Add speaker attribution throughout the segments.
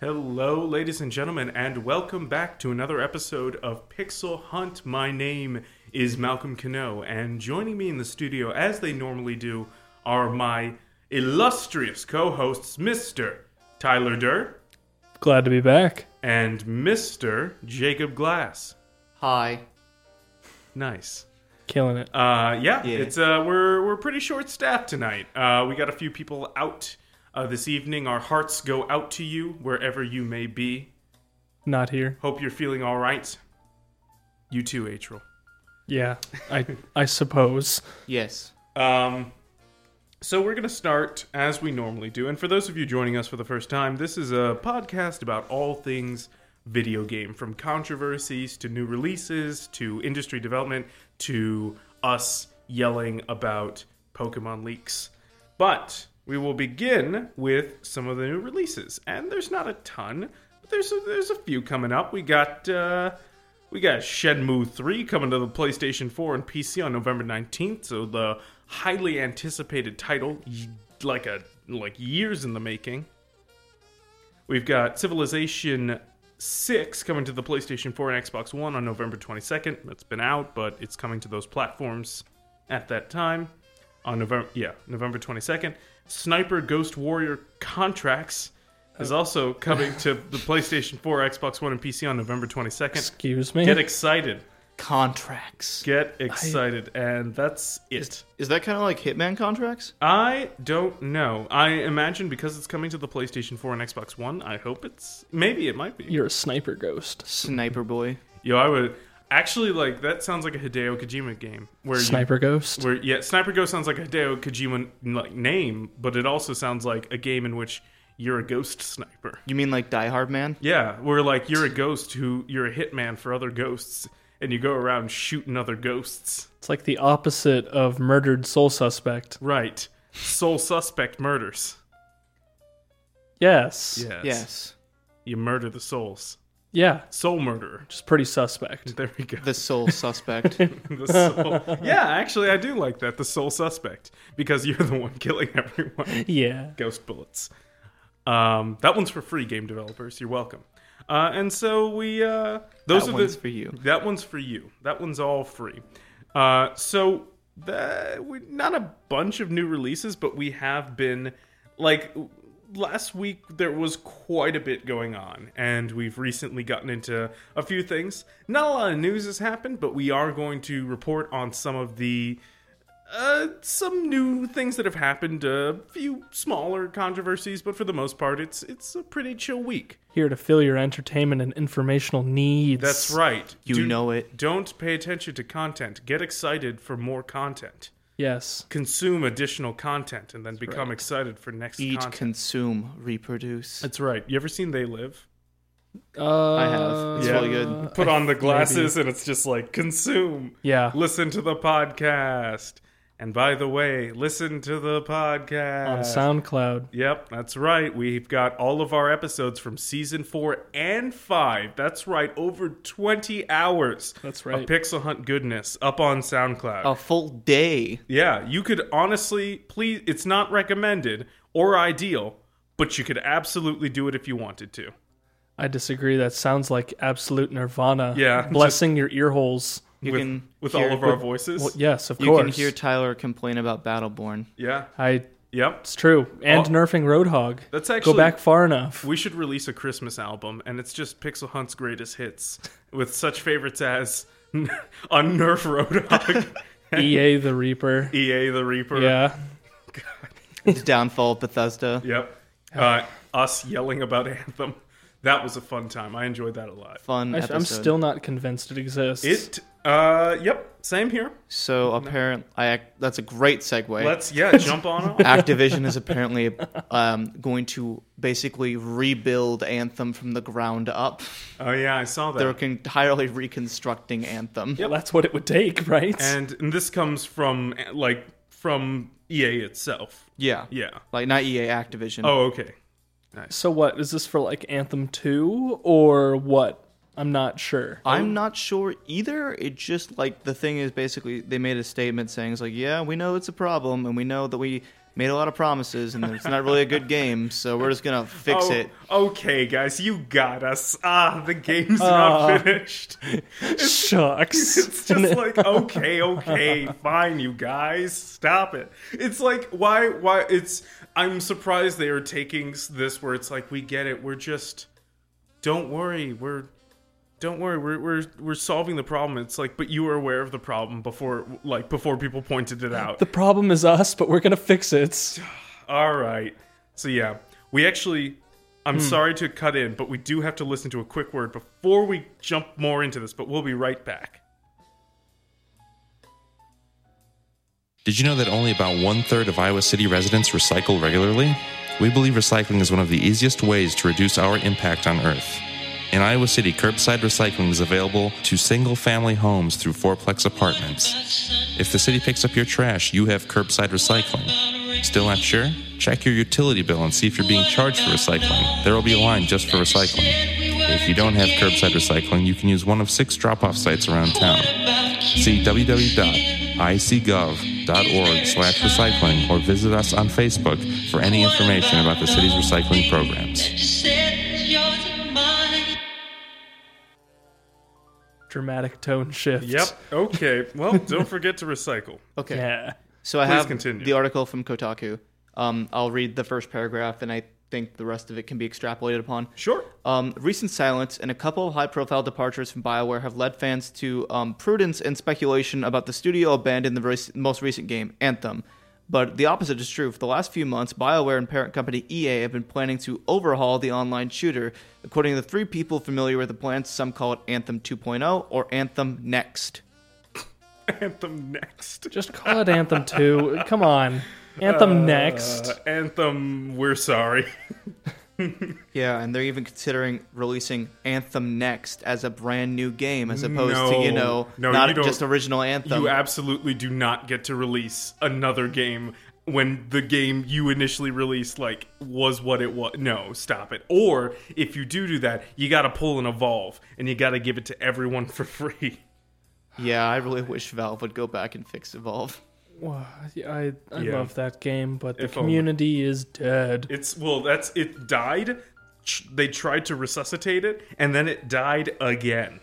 Speaker 1: Hello, ladies and gentlemen, and welcome back to another episode of Pixel Hunt. My name is Malcolm Cano, and joining me in the studio, as they normally do, are my illustrious co hosts, Mr. Tyler Durr
Speaker 2: Glad to be back.
Speaker 1: and Mr. Jacob Glass.
Speaker 3: Hi.
Speaker 1: Nice.
Speaker 2: Killing it.
Speaker 1: Uh, yeah,
Speaker 3: Yeah.
Speaker 1: it's uh, we're we're pretty short staffed tonight. Uh, we got a few people out uh, this evening. Our hearts go out to you wherever you may be.
Speaker 2: Not here.
Speaker 1: Hope you're feeling all right. You too, Atrial.
Speaker 2: Yeah, I I suppose.
Speaker 3: Yes.
Speaker 1: Um, so we're going to start as we normally do. And for those of you joining us for the first time, this is a podcast about all things video game, from controversies to new releases to industry development to us yelling about Pokemon leaks. But we will begin with some of the new releases, and there's not a ton, but there's a, there's a few coming up. We got. Uh, we got Shenmue 3 coming to the PlayStation 4 and PC on November 19th, so the highly anticipated title y- like a like years in the making. We've got Civilization 6 coming to the PlayStation 4 and Xbox One on November 22nd. It's been out, but it's coming to those platforms at that time on November yeah, November 22nd. Sniper Ghost Warrior Contracts is also coming to the PlayStation 4, Xbox One, and PC on November 22nd.
Speaker 2: Excuse me.
Speaker 1: Get excited.
Speaker 3: Contracts.
Speaker 1: Get excited. And that's it.
Speaker 3: Is that kind of like Hitman contracts?
Speaker 1: I don't know. I imagine because it's coming to the PlayStation 4 and Xbox One, I hope it's. Maybe it might be.
Speaker 2: You're a sniper ghost.
Speaker 3: Sniper boy.
Speaker 1: Yo, I would. Actually, like, that sounds like a Hideo Kojima game. Where you-
Speaker 2: Sniper ghost.
Speaker 1: where, yeah, Sniper Ghost sounds like a Hideo Kojima like, name, but it also sounds like a game in which you're a ghost sniper.
Speaker 3: You mean like Die Hard Man?
Speaker 1: Yeah, where like you're a ghost who you're a hitman for other ghosts, and you go around shooting other ghosts.
Speaker 2: It's like the opposite of murdered soul suspect.
Speaker 1: Right. Sole suspect murders.
Speaker 2: Yes.
Speaker 1: Yes.
Speaker 3: Yes.
Speaker 1: You murder the souls.
Speaker 2: Yeah.
Speaker 1: Soul murderer.
Speaker 2: Just pretty
Speaker 3: Hmm.
Speaker 2: suspect.
Speaker 1: There we go.
Speaker 3: The sole suspect.
Speaker 1: The soul. yeah, actually, I do like that. The sole suspect. Because you're the one killing everyone.
Speaker 2: Yeah.
Speaker 1: Ghost bullets. Um, that one's for free, game developers. You're welcome. Uh, and so we. Uh, those
Speaker 3: That
Speaker 1: are
Speaker 3: one's
Speaker 1: the,
Speaker 3: for you.
Speaker 1: That one's for you. That one's all free. Uh, so that we, not a bunch of new releases, but we have been like last week there was quite a bit going on and we've recently gotten into a few things not a lot of news has happened but we are going to report on some of the uh, some new things that have happened a few smaller controversies but for the most part it's it's a pretty chill week
Speaker 2: Here to fill your entertainment and informational needs.
Speaker 1: that's right
Speaker 3: You
Speaker 1: Do-
Speaker 3: know it.
Speaker 1: don't pay attention to content. Get excited for more content.
Speaker 2: Yes.
Speaker 1: Consume additional content and then become excited for next
Speaker 3: Eat,
Speaker 1: content.
Speaker 3: consume, reproduce.
Speaker 1: That's right. You ever seen They Live?
Speaker 2: Uh,
Speaker 3: I have. It's really good.
Speaker 1: Put
Speaker 2: I-
Speaker 1: on the glasses and it's just like consume.
Speaker 2: Yeah.
Speaker 1: Listen to the podcast. And by the way, listen to the podcast.
Speaker 2: On SoundCloud.
Speaker 1: Yep, that's right. We've got all of our episodes from season four and five. That's right, over 20 hours
Speaker 2: That's
Speaker 1: of
Speaker 2: right.
Speaker 1: Pixel Hunt goodness up on SoundCloud.
Speaker 3: A full day.
Speaker 1: Yeah, you could honestly, please, it's not recommended or ideal, but you could absolutely do it if you wanted to.
Speaker 2: I disagree. That sounds like absolute nirvana.
Speaker 1: Yeah,
Speaker 2: Blessing your ear holes.
Speaker 3: You
Speaker 1: with
Speaker 3: can
Speaker 1: with
Speaker 3: hear-
Speaker 1: all of our voices.
Speaker 2: Well, yes, of
Speaker 3: You
Speaker 2: course.
Speaker 3: can hear Tyler complain about Battleborn.
Speaker 1: yeah.
Speaker 2: I
Speaker 1: Yep.
Speaker 2: It's true. And
Speaker 1: Oh.
Speaker 2: nerfing Roadhog.
Speaker 1: That's
Speaker 2: Go
Speaker 1: actually
Speaker 2: back far enough.
Speaker 1: we should release a Christmas album and it's just Pixel Hunt's greatest hits with such favorites as Unnerf Roadhog,
Speaker 2: EA E the Reaper.
Speaker 1: EA the Reaper.
Speaker 2: Yeah.
Speaker 3: It's Downfall of Bethesda.
Speaker 1: Yep.
Speaker 3: Oh.
Speaker 1: Uh, us yelling about Anthem. That was a fun time. I enjoyed that a lot.
Speaker 3: Fun
Speaker 2: I,
Speaker 3: episode.
Speaker 2: am still not convinced it exists.
Speaker 1: It uh yep, same here.
Speaker 3: So apparent. I. ac- That's a great segue.
Speaker 1: Let's yeah, jump on off.
Speaker 3: Activision is apparently um, going to basically rebuild Anthem from the ground up.
Speaker 1: Oh yeah, I saw that.
Speaker 3: They're entirely reconstructing Anthem.
Speaker 2: Well, that's what it would take, right?
Speaker 1: and, and this comes from like from EA itself.
Speaker 3: Yeah.
Speaker 1: Yeah.
Speaker 3: Like not EA, Activision.
Speaker 1: Oh, okay.
Speaker 2: so what is this for like Anthem 2 or what? I'm not sure.
Speaker 3: I'm not sure either. It just like the thing is basically they made a statement saying it's like, yeah, we know it's a problem and we know that we made a lot of promises, and it's not really a good game, so we're just gonna fix
Speaker 1: Oh,
Speaker 3: it.
Speaker 1: Okay, guys, you got us. Ah, the game's not
Speaker 2: Ah.
Speaker 1: finished.
Speaker 2: Shucks.
Speaker 1: It's just like okay, okay, fine, you guys, stop it. It's like why, why? It's I'm surprised they are taking s- this where it's like we get it. We're just don't worry. We're don't worry. We're we're we're solving the problem. It's like, but you were aware of the problem before, like before people pointed it out.
Speaker 2: the problem is us, but we're gonna fix it.
Speaker 1: All right. So yeah, we actually. I'm sorry to cut in, but we do have to listen to a quick word before we jump more into this. But we'll be right back.
Speaker 4: Did you know that only about one third of Iowa City residents recycle regularly? We believe recycling is one of the easiest ways to reduce our impact on Earth. In Iowa City, curbside recycling is available to single family homes through fourplex apartments. If the city picks up your trash, you have curbside recycling. Still not sure? Check your utility bill and see if you're being charged for recycling. There will be a line just for recycling. If you don't have curbside recycling, you can use one of six drop off sites around town. See www.icgov.org slash recycling or visit us on Facebook for any information about the city's recycling programs.
Speaker 2: Dramatic tone shift.
Speaker 1: Yep. Okay. Well, don't forget to recycle.
Speaker 3: Okay.
Speaker 2: Yeah.
Speaker 3: So I
Speaker 1: Please
Speaker 3: have
Speaker 1: continue.
Speaker 3: the article from Kotaku. Um, I'll read the first paragraph, and I think the rest of it can be extrapolated upon.
Speaker 1: Sure.
Speaker 3: Um, recent silence and a couple of high profile departures from BioWare have led fans to um, prudence and speculation about the studio abandoned the rec- most recent game, Anthem. But the opposite is true. For the last few months, BioWare and parent company EA have been planning to overhaul the online shooter. According to the three people familiar with the plans, some call it Anthem 2.0 or Anthem Next.
Speaker 1: Anthem next.
Speaker 2: Just call it Anthem 2. Come on. Anthem next.
Speaker 1: Uh, Anthem. We're sorry.
Speaker 3: Yeah, and they're even considering releasing Anthem Next as a brand new game as opposed to,
Speaker 1: No.
Speaker 3: you know,
Speaker 1: No,
Speaker 3: not
Speaker 1: you don't-
Speaker 3: just original Anthem.
Speaker 1: You absolutely do not get to release another game when the game you initially released like was what it was. No, stop it. Or if you do do that, you got to pull and evolve, and you got to give it to everyone for free.
Speaker 3: Yeah, I really wish Valve would go back and fix Evolve.
Speaker 2: Wow, I, I
Speaker 1: Yeah.
Speaker 2: love that game, but the
Speaker 1: If only.
Speaker 2: community is dead.
Speaker 1: It's well, that's it died. Ch- They tried to resuscitate it, and then it died again,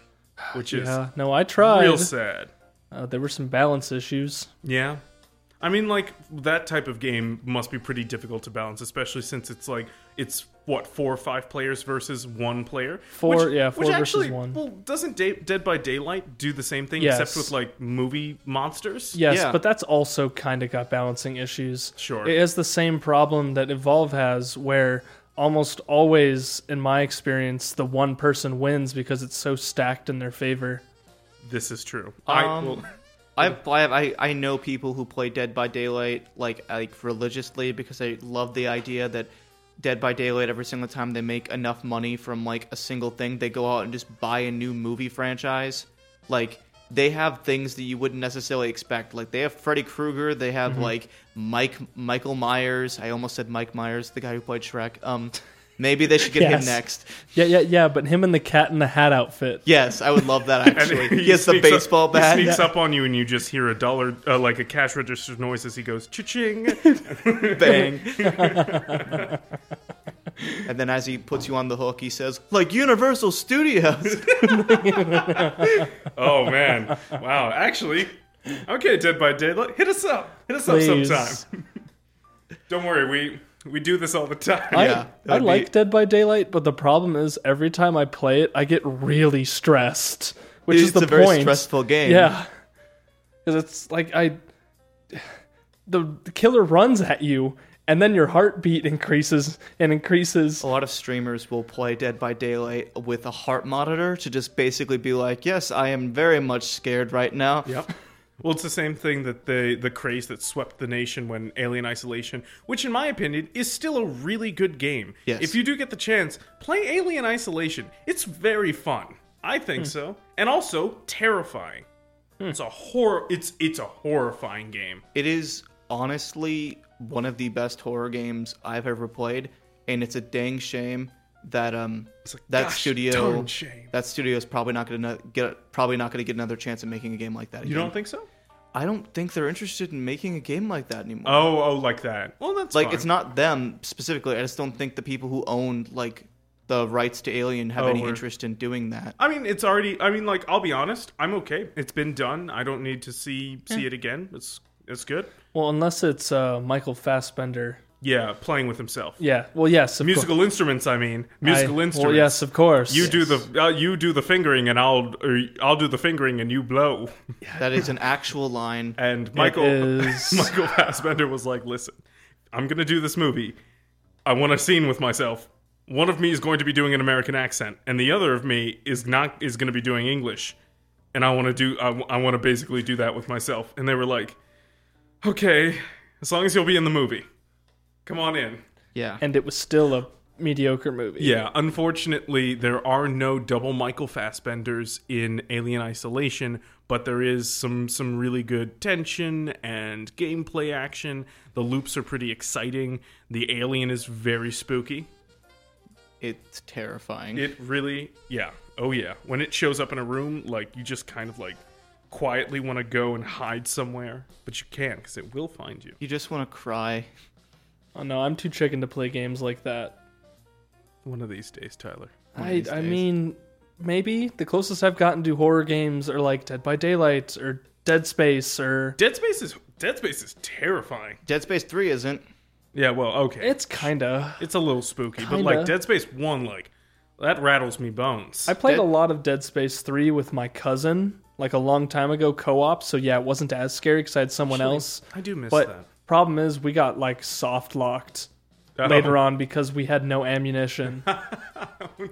Speaker 1: which is
Speaker 2: yeah. No, I tried.
Speaker 1: real sad.
Speaker 2: Uh, there were some balance issues.
Speaker 1: Yeah. I mean, like, that type of game must be pretty difficult to balance, especially since it's like, it's what, four or five players versus one player?
Speaker 2: Four- yeah,
Speaker 1: which
Speaker 2: four versus
Speaker 1: actually,
Speaker 2: one.
Speaker 1: Well, doesn't Da- Dead by Daylight do the same thing, except
Speaker 2: Yes.
Speaker 1: with like movie monsters?
Speaker 2: Yes,
Speaker 3: Yeah.
Speaker 2: but that's also kind of got balancing issues.
Speaker 1: Sure.
Speaker 2: It has the same problem that Evolve has, where almost always, in my experience, the one person wins because it's so stacked in their favor.
Speaker 1: This is true. I,
Speaker 3: Um,
Speaker 1: well,
Speaker 3: I, I I know people who play Dead by Daylight like like religiously because they love the idea that Dead by Daylight every single time they make enough money from like a single thing they go out and just buy a new movie franchise. Like they have things that you wouldn't necessarily expect. Like they have Freddy Krueger, they have
Speaker 1: Mm-hmm.
Speaker 3: like Mike Michael Myers. I almost said Mike Myers, the guy who played Shrek. Um, maybe they should get
Speaker 2: Yes.
Speaker 3: him next.
Speaker 2: Yeah, yeah, yeah. But him in the cat in the hat outfit.
Speaker 3: Yes, I would love that actually.
Speaker 1: and
Speaker 3: he has the
Speaker 1: sneaks up-
Speaker 3: baseball
Speaker 1: he
Speaker 3: bat.
Speaker 1: sneaks up on you, and you just hear a dollar, uh, like a cash register noise as he goes cha-ching.
Speaker 3: bang. and then as he puts you on the hook, he says, like Universal Studios.
Speaker 1: oh man! Wow. Actually, okay, Dead by Daylight, hit us up. Hit us
Speaker 2: Please.
Speaker 1: up sometime. Don't worry, we we do this all the time.
Speaker 2: I,
Speaker 3: Yeah, that
Speaker 2: I
Speaker 3: would
Speaker 2: like
Speaker 3: be-
Speaker 2: Dead by Daylight, but the problem is every time I play it, I get really stressed, which is
Speaker 3: It's
Speaker 2: the
Speaker 3: a very
Speaker 2: point.
Speaker 3: stressful game.
Speaker 2: Yeah, because it's like I, the, the killer runs at you, and then your heartbeat increases and increases.
Speaker 3: A lot of streamers will play Dead by Daylight with a heart monitor to just basically be like, yes, I am very much scared right now.
Speaker 1: Yep. Well, it's the same thing that the the craze that swept the nation when Alien Isolation, which in my opinion is still a really good game.
Speaker 3: Yes.
Speaker 1: If you do get the chance, play Alien Isolation. It's very fun. I think so, and also terrifying. It's a horror. It's it's a horrifying game.
Speaker 3: It is honestly one of the best horror games I've ever played, and it's a dang shame that um
Speaker 1: like,
Speaker 3: that
Speaker 1: gosh
Speaker 3: studio
Speaker 1: darn shame.
Speaker 3: that studio is probably not gonna get probably not gonna get another chance at making a game like that.
Speaker 1: You don't think so?
Speaker 3: I don't think they're interested in making a game like that anymore.
Speaker 1: Oh, oh, like that. Well, that's
Speaker 3: like
Speaker 1: fine.
Speaker 3: it's not them specifically. I just don't think the people who own like the rights to Alien have
Speaker 1: Oh,
Speaker 3: any
Speaker 1: we're-
Speaker 3: interest in doing that.
Speaker 1: I mean, it's already. I mean, like I'll be honest. I'm okay. It's been done. I don't need to see see it again. It's it's good.
Speaker 2: Well, unless it's uh, Michael Fassbender.
Speaker 1: Yeah, playing with himself.
Speaker 2: Yeah. Well, yes. Of
Speaker 1: Musical instruments. I mean,
Speaker 2: course.
Speaker 1: musical
Speaker 2: I-
Speaker 1: instruments.
Speaker 2: Well, yes, of course.
Speaker 1: You do the uh, you do the fingering and I'll or I'll do the fingering and you blow.
Speaker 3: That is an actual line.
Speaker 1: And Michael
Speaker 2: is-
Speaker 1: Michael Fassbender was like, "Listen, I'm going to do this movie. I want a scene with myself. One of me is going to be doing an American accent, and the other of me is not is going to be doing English. And I want to do I, want to basically do that with myself." And they were like, "Okay, as long as you'll be in the movie, come on in."
Speaker 3: Yeah.
Speaker 2: And it was still a mediocre movie.
Speaker 1: Yeah, unfortunately, there are no double Michael Fassbenders in Alien Isolation, but there is some some really good tension and gameplay action. The loops are pretty exciting. The alien is very spooky.
Speaker 3: it's terrifying.
Speaker 1: It really, yeah, oh yeah. When it shows up in a room, like you just kind of like quietly want to go and hide somewhere, but you can't because it will find you.
Speaker 3: you just want to cry.
Speaker 2: Oh no, I'm too chicken to play games like that.
Speaker 1: One of these days, Tyler.
Speaker 3: one of
Speaker 2: I
Speaker 3: these
Speaker 2: I
Speaker 3: days.
Speaker 2: mean, maybe the closest I've gotten to horror games are like Dead by Daylight or Dead Space or
Speaker 1: Dead Space is Dead Space is terrifying.
Speaker 3: Dead Space 3 isn't.
Speaker 1: Yeah, well, okay.
Speaker 2: it's kinda.
Speaker 1: It's a little spooky, but
Speaker 2: Kinda.
Speaker 1: like Dead Space One, like that rattles me bones.
Speaker 2: I played
Speaker 3: Dead-
Speaker 2: a lot of Dead Space 3 with my cousin like a long time ago co-op, so yeah, it wasn't as scary cuz I had someone else.
Speaker 1: I do miss
Speaker 2: But
Speaker 1: that. Oh.
Speaker 2: problem is we got like soft locked later on because we had no ammunition.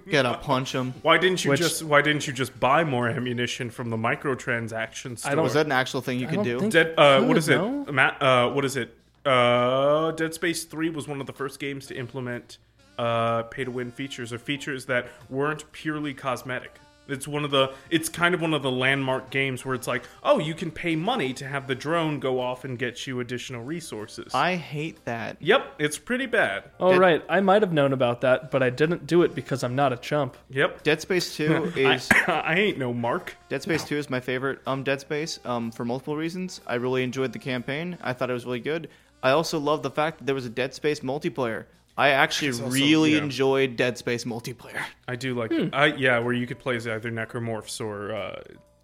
Speaker 3: Gotta punch him.
Speaker 1: Why didn't you
Speaker 2: Which-
Speaker 1: just Why didn't you just buy more ammunition from the microtransaction store?
Speaker 2: I don't-
Speaker 3: Is that an actual thing you can
Speaker 2: don't
Speaker 3: do?
Speaker 2: think-
Speaker 1: Dead, uh,
Speaker 2: Could,
Speaker 1: what is it?
Speaker 2: no?
Speaker 1: Matt, uh, what is it? Uh, Dead Space Three was one of the first games to implement uh, pay to win features or features that weren't purely cosmetic. It's one of the. It's kind of one of the landmark games where it's like, oh, you can pay money to have the drone go off and get you additional resources.
Speaker 3: I hate that.
Speaker 1: Yep, it's pretty bad.
Speaker 2: Oh
Speaker 3: Dead-
Speaker 2: right, I might have known about that, but I didn't do it because I'm not a chump.
Speaker 1: Yep.
Speaker 3: Dead Space 2
Speaker 1: I,
Speaker 3: is
Speaker 1: I ain't no Mark.
Speaker 3: Dead Space 2 is my favorite um Dead Space um for multiple reasons. I really enjoyed the campaign. I thought it was really good. I also love the fact that there was a Dead Space multiplayer. I actually
Speaker 1: also-
Speaker 3: really
Speaker 1: yeah.
Speaker 3: enjoyed Dead Space multiplayer.
Speaker 1: I do like.
Speaker 3: Hmm.
Speaker 1: I yeah, where you could play as either necromorphs or. Uh,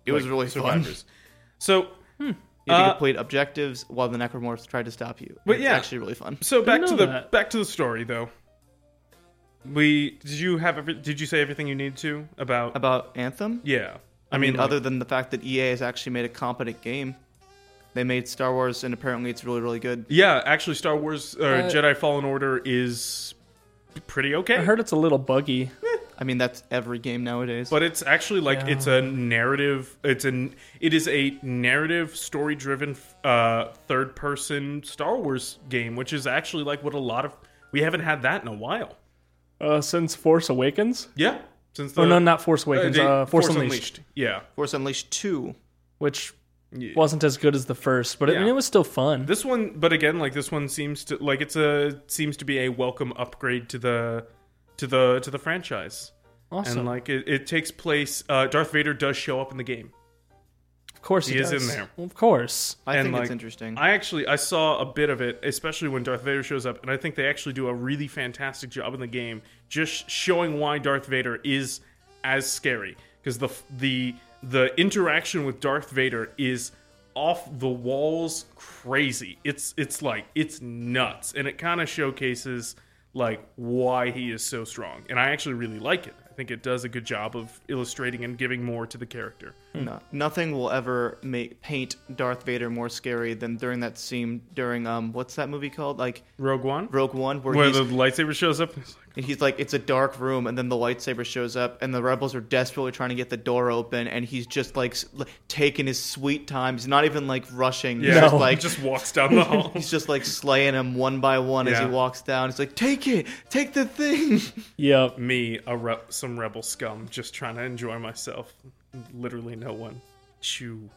Speaker 3: It was really fun.
Speaker 1: survivors. So,
Speaker 3: You had to
Speaker 1: Uh,
Speaker 3: complete objectives while the necromorphs tried to stop you.
Speaker 1: But
Speaker 3: it's
Speaker 1: yeah.
Speaker 3: actually really fun.
Speaker 1: so back to
Speaker 2: know
Speaker 1: the
Speaker 2: that.
Speaker 1: back to the story though. We did you have every, did you say everything you needed to about,
Speaker 3: About Anthem?
Speaker 1: yeah?
Speaker 3: I mean,
Speaker 1: like,
Speaker 3: other than the fact that EA has actually made a competent game, they made Star Wars, and apparently it's really, really good.
Speaker 1: yeah, actually, Star Wars or
Speaker 2: Uh,
Speaker 1: Jedi Fallen Order is pretty okay.
Speaker 2: I heard it's a little buggy.
Speaker 3: I mean, that's every game nowadays.
Speaker 1: but it's actually like
Speaker 2: Yeah.
Speaker 1: it's a narrative it's an it is a narrative story driven uh third person star wars game which is actually like what a lot of we haven't had that in a while
Speaker 2: Uh, since Force Awakens?
Speaker 1: yeah since the
Speaker 2: Oh no, not Force Awakens.
Speaker 1: they-
Speaker 2: uh, Force, Unleashed,
Speaker 1: yeah
Speaker 3: Force Unleashed 2,
Speaker 2: which
Speaker 1: Yeah.
Speaker 2: wasn't as good as the first, but I mean,
Speaker 1: Yeah.
Speaker 2: it was still fun.
Speaker 1: this one but again like this one seems to like it's a seems to be a welcome upgrade to the to the to the franchise
Speaker 2: awesome.
Speaker 1: and like it, it takes place uh darth vader does show up in the game
Speaker 2: of course,
Speaker 1: he
Speaker 2: it
Speaker 1: is in
Speaker 2: does.
Speaker 1: there.
Speaker 2: Well, of course.
Speaker 3: I
Speaker 1: And,
Speaker 3: think
Speaker 1: like,
Speaker 3: it's interesting.
Speaker 1: I actually I saw a bit of it, especially when Darth Vader shows up, and I think they actually do a really fantastic job in the game, just showing why Darth Vader is as scary because the the the interaction with Darth Vader is off the walls crazy. It's it's like it's nuts, and it kind of showcases like why he is so strong, and I actually really like it. I think it does a good job of illustrating and giving more to the character.
Speaker 3: No, nothing will ever make paint Darth Vader more scary than during that scene during um what's that movie called like
Speaker 1: Rogue One,
Speaker 3: Rogue One where
Speaker 1: where
Speaker 3: he's,
Speaker 1: the lightsaber shows up, it's like,
Speaker 3: he's like it's a dark room and then the lightsaber shows up and the rebels are desperately trying to get the door open and he's just like s- l- taking his sweet time he's not even like rushing he's
Speaker 1: yeah,
Speaker 3: just
Speaker 1: like
Speaker 3: like
Speaker 1: just walks down the hall.
Speaker 3: he's just like slaying him one by one as he
Speaker 1: Yeah.
Speaker 3: walks down he's like take it take the thing
Speaker 2: Yep.
Speaker 1: me, a re- some rebel scum, just trying to enjoy myself. Literally no one. Chew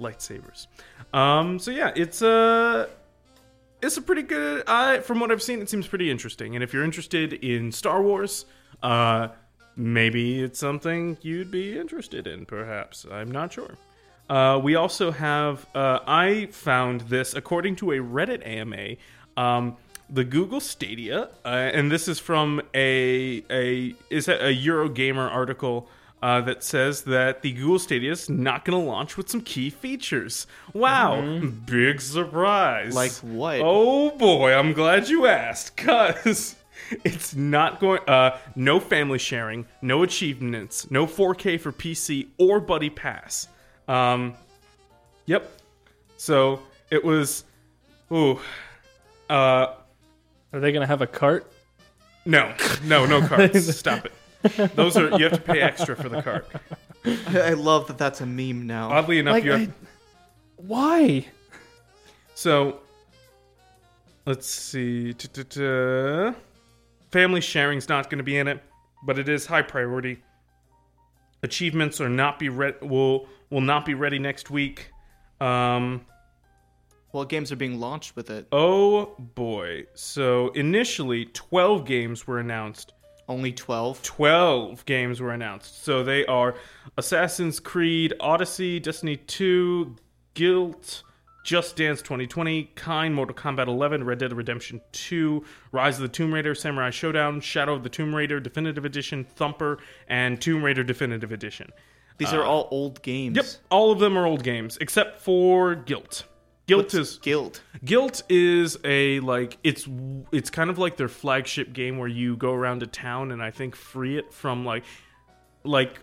Speaker 1: lightsabers. Um, so yeah, it's uh, a it's a pretty good. I from what I've seen, it seems pretty interesting. And if you're interested in Star Wars, uh, maybe it's something you'd be interested in. Perhaps I'm not sure. Uh, we also have, uh, I found this according to a Reddit AMA, um, the Google Stadia, uh, and this is from a, a, is a a Eurogamer article. Uh, that says that the Google Stadia is not going to launch with some key features. Wow, big surprise!
Speaker 3: Like what?
Speaker 1: Oh boy, I'm glad you asked, cause it's not going. Uh, no family sharing, no achievements, no 4K for PC or Buddy Pass. Um, yep. So it was. Ooh. Uh,
Speaker 2: Are they gonna have a cart?
Speaker 1: no, no, no cards. Stop it. Those are you have to pay extra for the card.
Speaker 3: I, I love that that's a meme now.
Speaker 1: Oddly enough,
Speaker 2: Like,
Speaker 1: you have,
Speaker 2: I- why?
Speaker 1: So, let's see. Duh-duh-duh. Family sharing's not going to be in it, but it is high priority. Achievements are not be re- will will not be ready next week. Um,
Speaker 3: well, games are being launched with it.
Speaker 1: oh boy! So initially, twelve games were announced.
Speaker 3: Only 12.
Speaker 1: 12 games were announced. So they are Assassin's Creed, Odyssey, Destiny 2, Guilt, Just Dance 2020, Kind, Mortal Kombat 11, Red Dead Redemption 2, Rise of the Tomb Raider, Samurai Showdown, Shadow of the Tomb Raider Definitive Edition, Thumper, and Tomb Raider Definitive Edition.
Speaker 3: These are all old games.
Speaker 1: Uh, Yep, all of them are old games except for Guilt. Guilt
Speaker 3: What's
Speaker 1: is
Speaker 3: guilt.
Speaker 1: Guilt is a like it's it's kind of like their flagship game where you go around a town and I think free it from like like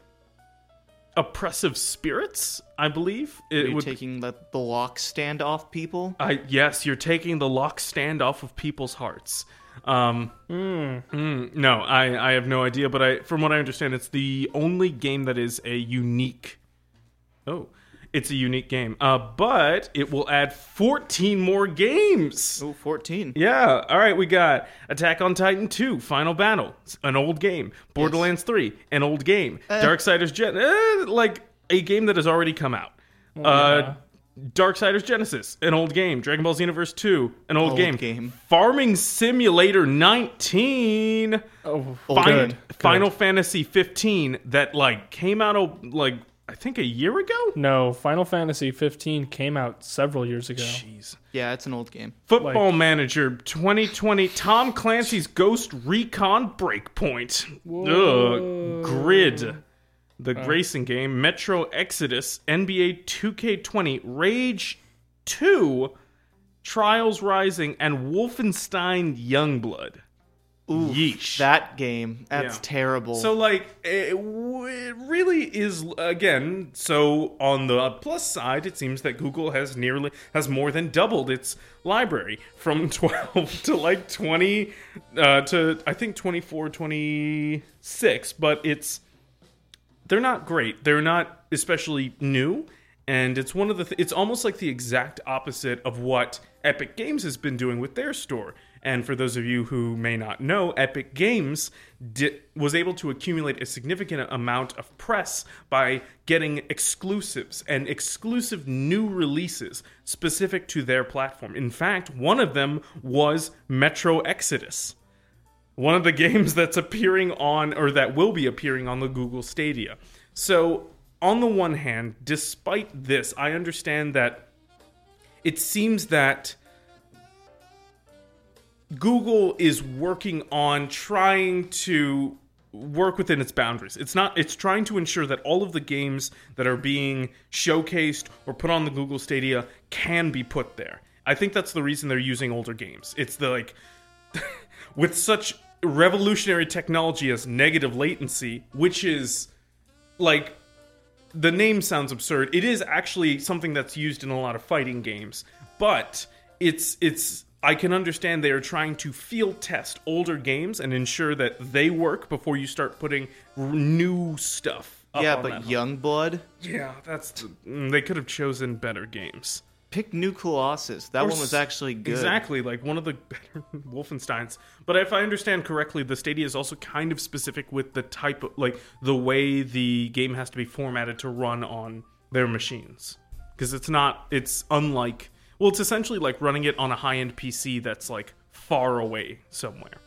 Speaker 1: oppressive spirits, I believe.
Speaker 3: Are
Speaker 1: It
Speaker 3: you
Speaker 1: would
Speaker 3: taking the, the lock stand off people?
Speaker 1: I yes, you're taking the lock stand off of people's hearts. Um mm, no, I I have no idea, but I from what I understand it's the only game that is a unique Oh, it's a unique game. Uh but it will add 14 more games.
Speaker 3: Oh, 14.
Speaker 1: Yeah. All right. We got Attack on Titan 2, Final Battle, an old game. Borderlands 3, an old game.
Speaker 3: Uh.
Speaker 1: Darksiders Gen, eh, like a game that has already come out.
Speaker 3: Oh,
Speaker 1: Uh, Darksiders Genesis, an old game. Dragon Ball Xenoverse 2, an old,
Speaker 3: Old
Speaker 1: game.
Speaker 3: game.
Speaker 1: Farming Simulator 19.
Speaker 2: Oh,
Speaker 1: Fin-
Speaker 3: good.
Speaker 1: Final Fantasy 15, that like came out a, like I think a year ago.
Speaker 2: no! Final Fantasy 15 came out several years ago.
Speaker 1: Jeez.
Speaker 3: Yeah, it's an old game.
Speaker 1: Football Manager 2020, Tom Clancy's Ghost Recon Breakpoint, Ugh, Grid, the Grayson game, Metro Exodus, NBA 2K20, Rage 2, Trials Rising, and Wolfenstein Youngblood.
Speaker 3: Ooh,
Speaker 1: Yeesh.
Speaker 3: that game. That's
Speaker 1: Yeah.
Speaker 3: terrible.
Speaker 1: So like it, w- it really is again. So on the plus side, it seems that Google has nearly has more than doubled its library from 12 to like 20 uh, to I think 24, 26. But it's they're not great. They're not especially new, and it's one of the. Th- it's almost like the exact opposite of what Epic Games has been doing with their store. And for those of you who may not know, Epic Games di- was able to accumulate a significant amount of press by getting exclusives and exclusive new releases specific to their platform. In fact, one of them was Metro Exodus one of the games that's appearing on or that will be appearing on the Google Stadia. So, on the one hand, despite this, I understand that it seems that Google is working on trying to work within its boundaries. It's not it's trying to ensure that all of the games that are being showcased or put on the Google Stadia can be put there. I think that's the reason they're using older games. It's the like with such revolutionary technology as negative latency, which is like the name sounds absurd. It is actually something that's used in a lot of fighting games, but it's it's I can understand they are trying to field test older games and ensure that they work before you start putting r- new stuff. Up
Speaker 3: yeah,
Speaker 1: on
Speaker 3: but
Speaker 1: that.
Speaker 3: Youngblood.
Speaker 1: yeah, that's the- mm, they could have chosen better games.
Speaker 3: Pick New Colossus. That one
Speaker 1: s-
Speaker 3: was actually good.
Speaker 1: Exactly, like one of the better Wolfensteins. But if I understand correctly, the Stadia is also kind of specific with the type of, like, the way the game has to be formatted to run on their machines. Because it's not, it's unlike, well, it's essentially like running it on a high end PC that's, like, far away somewhere.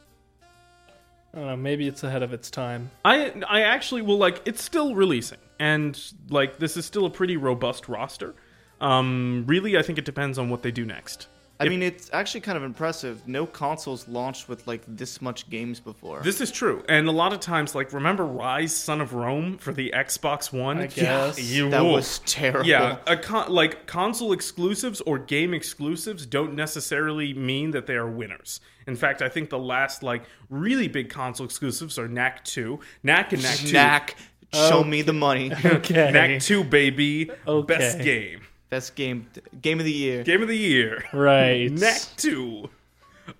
Speaker 2: I don't know. Maybe it's ahead of its time.
Speaker 1: I, I actually will, like, it's still releasing. and like this is still a pretty robust roster. Um, really, I think it depends on what they do next.
Speaker 3: I mean, it's actually kind of impressive. No consoles launched with like this much games before.
Speaker 1: This is true, and a lot of times, like remember Rise, Son of Rome for the Xbox One.
Speaker 2: I guess.
Speaker 1: you
Speaker 3: that
Speaker 1: ooh.
Speaker 3: was terrible.
Speaker 1: Yeah, a con- like console exclusives or game exclusives don't necessarily mean that they are winners. In fact, I think the last like really big console exclusives are Knack 2, Knack and Knack 2.
Speaker 3: Knack, show me the money.
Speaker 2: Okay.
Speaker 1: Knack 2 baby,
Speaker 2: Okay.
Speaker 1: best game.
Speaker 3: Best game, game of the year.
Speaker 1: Game of the year.
Speaker 2: Right.
Speaker 1: Knack 2.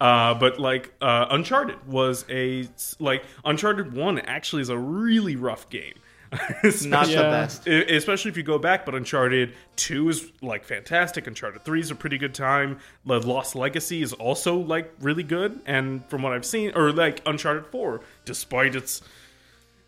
Speaker 1: Uh, but like uh, Uncharted was a like Uncharted 1 actually is a really rough game.
Speaker 3: Not
Speaker 2: Yeah.
Speaker 3: the best.
Speaker 1: E- especially if you go back but uncharted 2 is like fantastic uncharted 3 is a pretty good time the lost legacy is also like really good and from what i've seen or like uncharted 4 despite its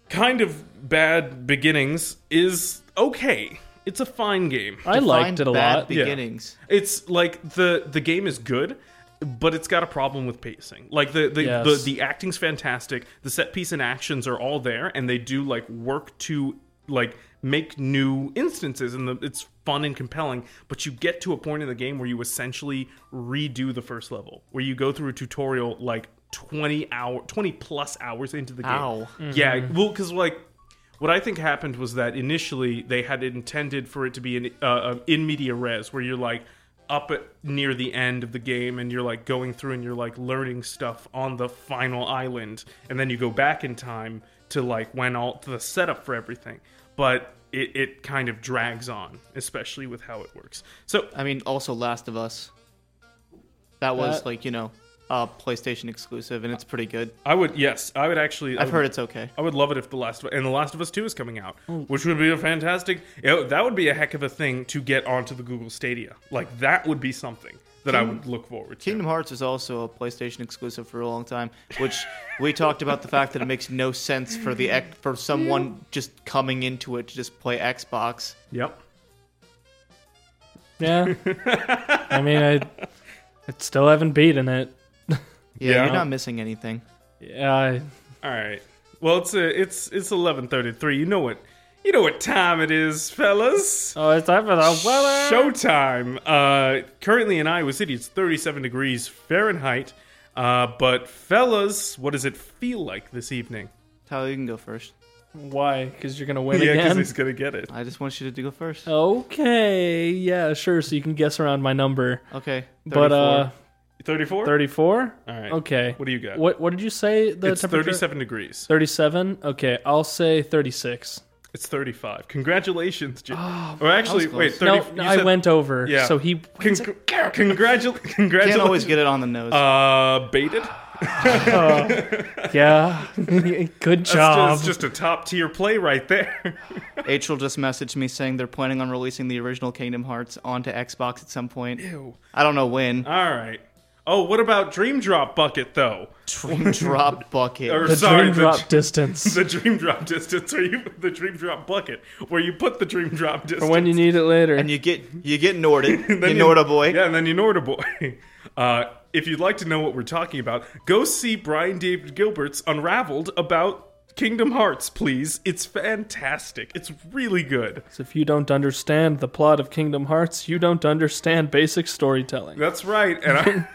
Speaker 1: kind of bad beginnings is okay it's a fine game
Speaker 2: I liked it
Speaker 3: Find
Speaker 2: a
Speaker 3: bad
Speaker 2: lot.
Speaker 3: Beginnings.
Speaker 1: it's like the the game is good but it's got a problem with pacing like the the,
Speaker 2: Yes.
Speaker 1: the the acting's fantastic the set piece and actions are all there and they do like work to like make new instances and the, it's fun and compelling but you get to a point in the game where you essentially redo the first level where you go through a tutorial like 20 hour 20 plus hours into the game
Speaker 3: Ow.
Speaker 1: yeah
Speaker 3: Mm-hmm.
Speaker 1: well because like what I think happened was that initially they had intended for it to be an uh, uh, in media res, where you're like up at, near the end of the game and you're like going through and you're like learning stuff on the final island, and then you go back in time to like when all to the setup for everything. But it, it kind of drags on, especially with how it works. So
Speaker 3: I mean, also Last of Us. That was
Speaker 2: That-
Speaker 3: like you know, a PlayStation exclusive, and it's pretty good.
Speaker 1: I would yes, I would actually. I
Speaker 3: I've
Speaker 1: would-
Speaker 3: heard it's okay.
Speaker 1: I would love it if the Last of and the Last of Us Two is coming out, which would be a fantastic. you know, that would be a heck of a thing to get onto the Google Stadia. Like that would be something that I would look forward to.
Speaker 3: Kingdom Hearts was also a PlayStation exclusive for a long time, which we talked about the fact that it makes no sense for the ex- for someone just coming into it to just play Xbox.
Speaker 1: Yep.
Speaker 2: Yeah. I mean, I, I still haven't beaten it.
Speaker 3: Yeah,
Speaker 1: Yeah.
Speaker 3: you're not missing anything.
Speaker 2: Yeah. I,
Speaker 1: All right. Well, it's a, it's it's eleven thirty three. You know what? You know what time it is, fellas.
Speaker 2: oh, it's time for the weather.
Speaker 1: Showtime. Uh, currently in Iowa City, it's thirty seven degrees Fahrenheit. Uh, but fellas, what does it feel like this evening?
Speaker 3: Tyler, you can go first.
Speaker 2: Why? Because you're gonna win
Speaker 1: yeah,
Speaker 2: again.
Speaker 1: he's gonna get it.
Speaker 3: I just want you to go
Speaker 2: Uh,
Speaker 3: first.
Speaker 2: Okay. Yeah. Sure. So you can guess around my number.
Speaker 3: Okay.
Speaker 2: But uh,
Speaker 3: 34.
Speaker 1: Thirty four.
Speaker 2: thirty-four.
Speaker 1: All right.
Speaker 2: Okay.
Speaker 1: What do you got?
Speaker 2: What What did you say? The
Speaker 1: it's
Speaker 2: temperature.
Speaker 1: 37 degrees.
Speaker 2: Thirty-seven. Okay. I'll say thirty-six.
Speaker 1: It's 35. Congratulations,
Speaker 2: Oh,
Speaker 1: Jim. or actually,
Speaker 3: that
Speaker 1: wait,
Speaker 3: was close.
Speaker 1: 30.
Speaker 2: no,
Speaker 1: you
Speaker 2: no I
Speaker 1: said-
Speaker 2: went over.
Speaker 1: Yeah.
Speaker 2: So he.
Speaker 1: Con- congratulations.
Speaker 3: can't
Speaker 1: Congratulations.
Speaker 3: always get it on the nose.
Speaker 1: uh, baited.
Speaker 2: Yeah. Good job.
Speaker 1: That's just, just a top tier play right there.
Speaker 3: Atrial just messaged me saying they're planning on releasing the original Kingdom Hearts onto Xbox at some point.
Speaker 1: Ew.
Speaker 3: I don't know when.
Speaker 1: All right. Oh, what about Dream Drop Bucket, though?
Speaker 3: Dream Drop Bucket.
Speaker 1: Or,
Speaker 2: the
Speaker 1: sorry,
Speaker 2: dream
Speaker 1: the,
Speaker 2: drop distance
Speaker 1: the Dream Drop Distance, or you, the Dream Drop Bucket, where you put the Dream Drop Distance.
Speaker 2: for when you need it later.
Speaker 3: and you get you get Norded. you
Speaker 1: then
Speaker 3: Norda boy.
Speaker 1: Yeah, and then you Norda boy. Uh, if you'd like to know what we're talking about, go see Brian David Gilbert's Unraveled about Kingdom Hearts, please. It's fantastic. It's really good.
Speaker 2: So if you don't understand the plot of Kingdom Hearts, you don't understand basic storytelling.
Speaker 1: That's right. And I,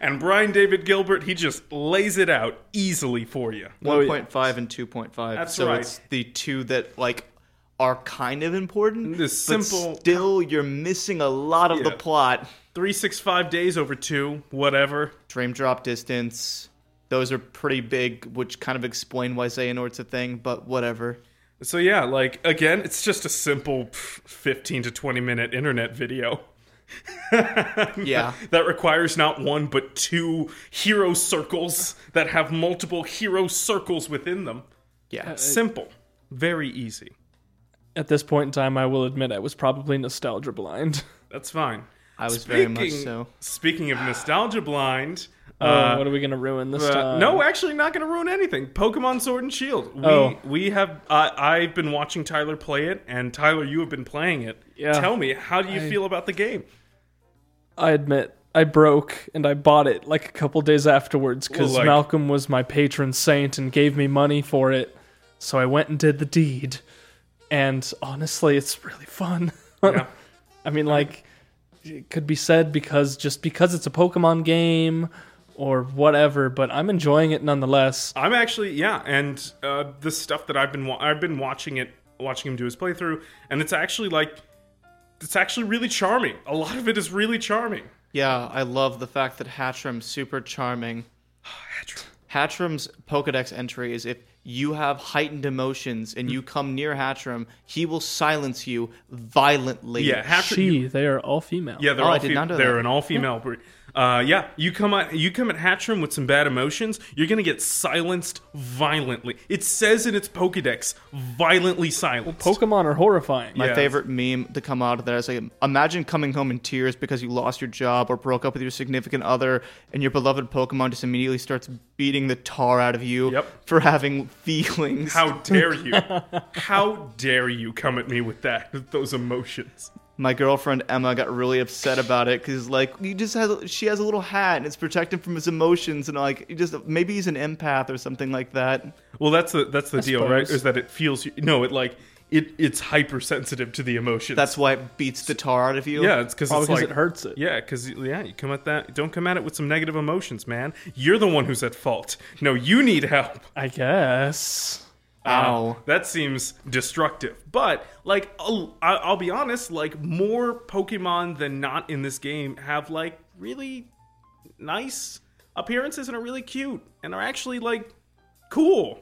Speaker 1: and Brian David Gilbert, he just lays it out easily for you.
Speaker 3: Oh, 1.5 and 2.5.
Speaker 1: That's
Speaker 3: so
Speaker 1: right.
Speaker 3: it's the two that like are kind of important.
Speaker 1: The
Speaker 3: but
Speaker 1: simple-
Speaker 3: still you're missing a lot of the
Speaker 1: Yeah.
Speaker 3: plot.
Speaker 1: 365 days over 2, whatever.
Speaker 3: Dream drop distance. Those are pretty big, which kind of explain why Xehanort's a thing, but whatever.
Speaker 1: So yeah, like again, it's just a simple pff, 15 to 20 minute internet video.
Speaker 3: Yeah.
Speaker 1: that requires not one but two hero circles that have multiple hero circles within them.
Speaker 3: Yeah.
Speaker 1: Simple, very easy.
Speaker 2: At this point in time, I will admit I was probably nostalgia blind.
Speaker 1: That's fine.
Speaker 3: I was very much so.
Speaker 1: Speaking of nostalgia blind,
Speaker 2: Oh, what are we gonna ruin this
Speaker 1: uh,
Speaker 2: time?
Speaker 1: no, actually, not going to ruin anything. Pokemon Sword and Shield. We
Speaker 2: Oh.
Speaker 1: we have. Uh, I've been watching Tyler play it, and Tyler, you have been playing it.
Speaker 2: Yeah.
Speaker 1: Tell me, how do you feel about the game?
Speaker 2: I admit I broke and I bought it like a couple days afterwards because
Speaker 1: Well, like-
Speaker 2: Malcolm was my patron saint and gave me money for it. So I went and did the deed, And honestly, it's really fun.
Speaker 1: Yeah.
Speaker 2: I mean, like, it could be said because just because it's a Pokemon game or whatever, but I'm enjoying it nonetheless.
Speaker 1: I'm actually yeah, and uh, the stuff that I've been wa- I've been watching it, watching him do his playthrough, and it's actually like, it's actually really charming. A lot of it is really charming.
Speaker 3: Yeah, I love the fact that Hatchram's super charming.
Speaker 1: Oh,
Speaker 3: Hatchram's Pokedex entry is if you have heightened emotions and you come near Hatchram, he will silence you violently.
Speaker 1: Yeah, Hatcher.
Speaker 2: she, they are all female.
Speaker 1: Yeah, they're
Speaker 3: Oh, I
Speaker 1: all
Speaker 3: did
Speaker 1: fe-
Speaker 3: not know
Speaker 1: they're
Speaker 3: that.
Speaker 1: an all female breed. Uh, yeah, you come at you come at Hatchrim with some bad emotions, you're gonna get silenced violently. It says in its Pokedex, violently silenced.
Speaker 2: Pokemon are horrifying.
Speaker 3: My
Speaker 1: Yeah.
Speaker 3: favorite meme to come out of that is like, imagine coming home in tears because you lost your job or broke up with your significant other, and your beloved Pokemon just immediately starts beating the tar out of you
Speaker 1: Yep.
Speaker 3: for having feelings.
Speaker 1: How dare you? How dare you come at me with that with those emotions?
Speaker 3: My girlfriend Emma got really upset about it because like he just has she has a little hat and it's protecting from his emotions and like he just maybe he's an empath or something like that.
Speaker 1: Well, that's the that's the deal, right?
Speaker 2: suppose.
Speaker 1: Is that it feels no, it like it it's hypersensitive to the emotions.
Speaker 3: That's why it beats the tar out of you.
Speaker 1: yeah, it's because
Speaker 2: Probably
Speaker 1: it's
Speaker 2: because
Speaker 1: like
Speaker 2: it hurts it.
Speaker 1: Yeah, because yeah, you come at that. Don't come at it with some negative emotions, man. You're the one who's at fault. No, you need help.
Speaker 2: I guess.
Speaker 1: uh,
Speaker 3: Ow.
Speaker 1: That seems destructive. But, like, I'll, I- I'll be honest, like, more Pokemon than not in this game have, like, really nice appearances and are really cute and are actually, like, cool.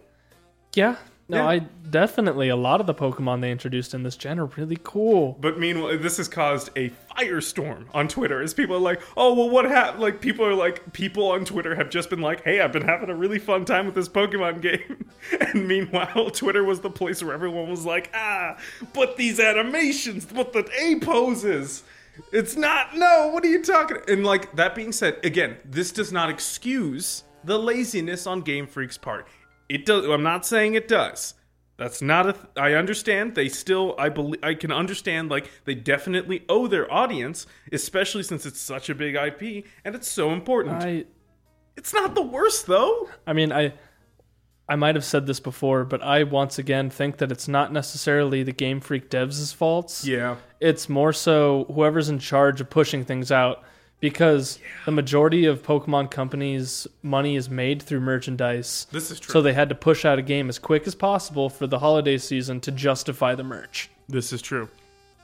Speaker 2: Yeah. No,
Speaker 1: Yeah.
Speaker 2: I definitely a lot of the Pokemon they introduced in this gen are really cool.
Speaker 1: But meanwhile, this has caused a firestorm on Twitter as people are like, oh, well, what happened? Like, people are like, people on Twitter have just been like, hey, I've been having a really fun time with this Pokemon game. and meanwhile, Twitter was the place where everyone was like, ah, but these animations, but the A poses. It's not, no, what are you talking? And like, that being said, again, this does not excuse the laziness on Game Freak's part. It does, I'm not saying it does. That's not a. Th- I understand. They still. I believe. I can understand. Like they definitely owe their audience, especially since it's such a big IP and it's so important.
Speaker 2: I
Speaker 1: it's not the worst though.
Speaker 2: I mean, I I might have said this before, but I once again think that it's not necessarily the Game Freak devs' faults.
Speaker 1: Yeah.
Speaker 2: It's more so whoever's in charge of pushing things out because the majority of Pokemon companies' money is made through merchandise.
Speaker 1: This is true.
Speaker 2: So they had to push out a game as quick as possible for the holiday season to justify the merch.
Speaker 1: This is true.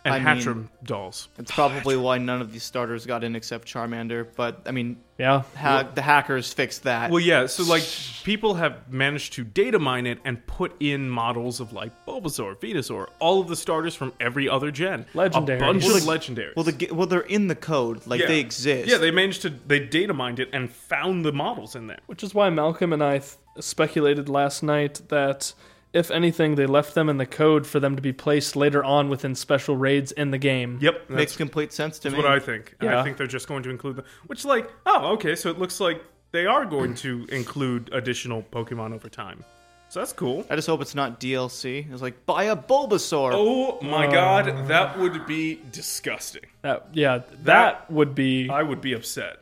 Speaker 1: And
Speaker 3: I
Speaker 1: Hatchram
Speaker 3: mean-
Speaker 1: dolls.
Speaker 3: It's probably why none of these starters got in except Charmander, but I mean
Speaker 2: Yeah.
Speaker 3: ha- the hackers fixed that.
Speaker 1: Well, yeah. So like, people have managed to data mine it and put in models of like Bulbasaur, Venusaur, all of the starters from every other gen.
Speaker 2: Legendary.
Speaker 1: A bunch
Speaker 2: Well,
Speaker 1: of
Speaker 2: the-
Speaker 1: legendaries.
Speaker 3: Well, the ga- well, they're in the code, like they exist.
Speaker 1: Yeah, they managed to they data mined it and found the models in there.
Speaker 2: Which is why Malcolm and I th- speculated last night that if anything, they left them in the code for them to be placed later on within special raids in the game.
Speaker 1: Yep, that's
Speaker 3: makes complete sense to me.
Speaker 1: That's what I think. And I
Speaker 2: Yeah.
Speaker 1: think they're just going to include them. Which, like, oh, okay, so it looks like they are going to include additional Pokemon over time. So that's cool.
Speaker 3: I just hope it's not DLC. It's like buy a Bulbasaur.
Speaker 1: Oh my god, that would be disgusting.
Speaker 2: That yeah, that,
Speaker 1: That-
Speaker 2: would be.
Speaker 1: I would be upset.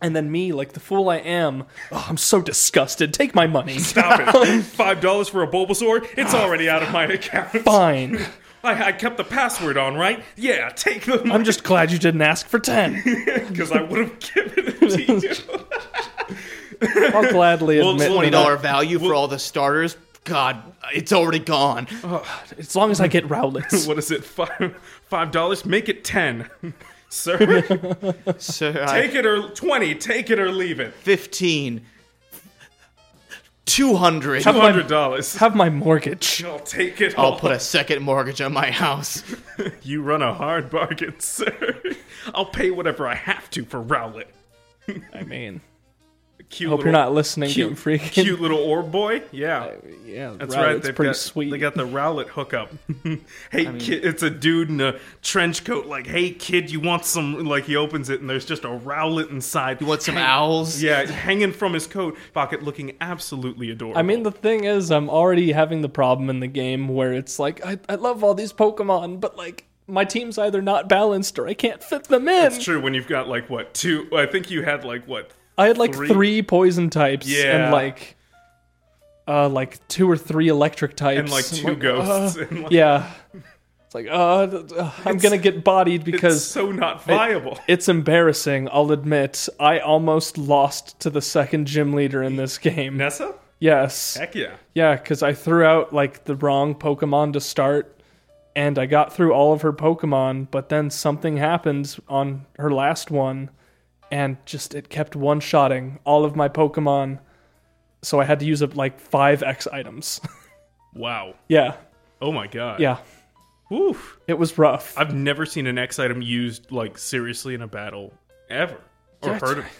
Speaker 2: and then me, like the fool I am. Oh, I'm so disgusted. Take my money.
Speaker 1: Stop it. Five dollars for a Bulbasaur? It's already out of my account.
Speaker 2: Fine.
Speaker 1: I, I kept the password on, right? Yeah, take them
Speaker 2: I'm just glad you didn't ask for ten.
Speaker 1: because I would have given it to you.
Speaker 2: I'll gladly
Speaker 1: Well,
Speaker 2: admit
Speaker 3: Twenty
Speaker 2: when
Speaker 3: dollar
Speaker 2: I-
Speaker 3: value for all the starters. God, it's already gone.
Speaker 1: Uh-huh.
Speaker 2: as long as I get Rowlets.
Speaker 1: what is it? Five five dollars? Make it ten. Sir,
Speaker 3: So I-
Speaker 1: take it or twenty, take it or leave it.
Speaker 3: 15 200
Speaker 1: Two hundred dollars.
Speaker 2: Have my mortgage.
Speaker 1: I'll take it all.
Speaker 3: I'll put a second mortgage on my house.
Speaker 1: you run a hard bargain, sir. I'll pay whatever I have to for Rowlet.
Speaker 2: I mean,
Speaker 1: Cute
Speaker 2: hope
Speaker 1: little,
Speaker 2: you're not listening, Game
Speaker 1: cute,
Speaker 2: Freak.
Speaker 1: cute little orb boy. Yeah,
Speaker 2: yeah,
Speaker 1: that's right.
Speaker 2: Rowlet's
Speaker 1: they've
Speaker 2: Uh, pretty
Speaker 1: got,
Speaker 2: sweet.
Speaker 1: They got the Rowlet hookup. hey, kid, it's a dude in a trench coat. Like, hey, kid, you want some? Like, he opens it and there's just a Rowlet inside.
Speaker 3: You want some owls?
Speaker 1: Yeah, hanging from his coat pocket, looking absolutely adorable.
Speaker 2: I mean, the thing is, I'm already having the problem in the game where it's like, I, I love all these Pokemon, but like, my team's either not balanced or I can't fit them in.
Speaker 1: it's true when you've got like what two? I think you had like what
Speaker 2: I had like
Speaker 1: Three?
Speaker 2: three poison types
Speaker 1: Yeah.
Speaker 2: and like uh uh, like two or three electric types
Speaker 1: and like
Speaker 2: I'm
Speaker 1: two
Speaker 2: like,
Speaker 1: ghosts.
Speaker 2: uh,
Speaker 1: and like,
Speaker 2: yeah, it's like uh, th- th- I'm
Speaker 1: It's-
Speaker 2: gonna get bodied
Speaker 1: it's
Speaker 2: because
Speaker 1: so not viable.
Speaker 2: It's embarrassing, I'll admit. I almost lost to the second gym leader in this game.
Speaker 1: Nessa?
Speaker 2: Yes.
Speaker 1: Heck yeah.
Speaker 2: Yeah, because I threw out like the wrong Pokemon to start, and I got through all of her Pokemon, but then something happened on her last one, and just it kept one shotting all of my Pokemon. So I had to use up like five X items.
Speaker 1: Wow.
Speaker 2: yeah,
Speaker 1: Oh my god.
Speaker 2: yeah.
Speaker 1: Oof.
Speaker 2: It was rough.
Speaker 1: I've never seen an X item used like seriously in a battle ever. Or
Speaker 2: That's
Speaker 1: heard of it.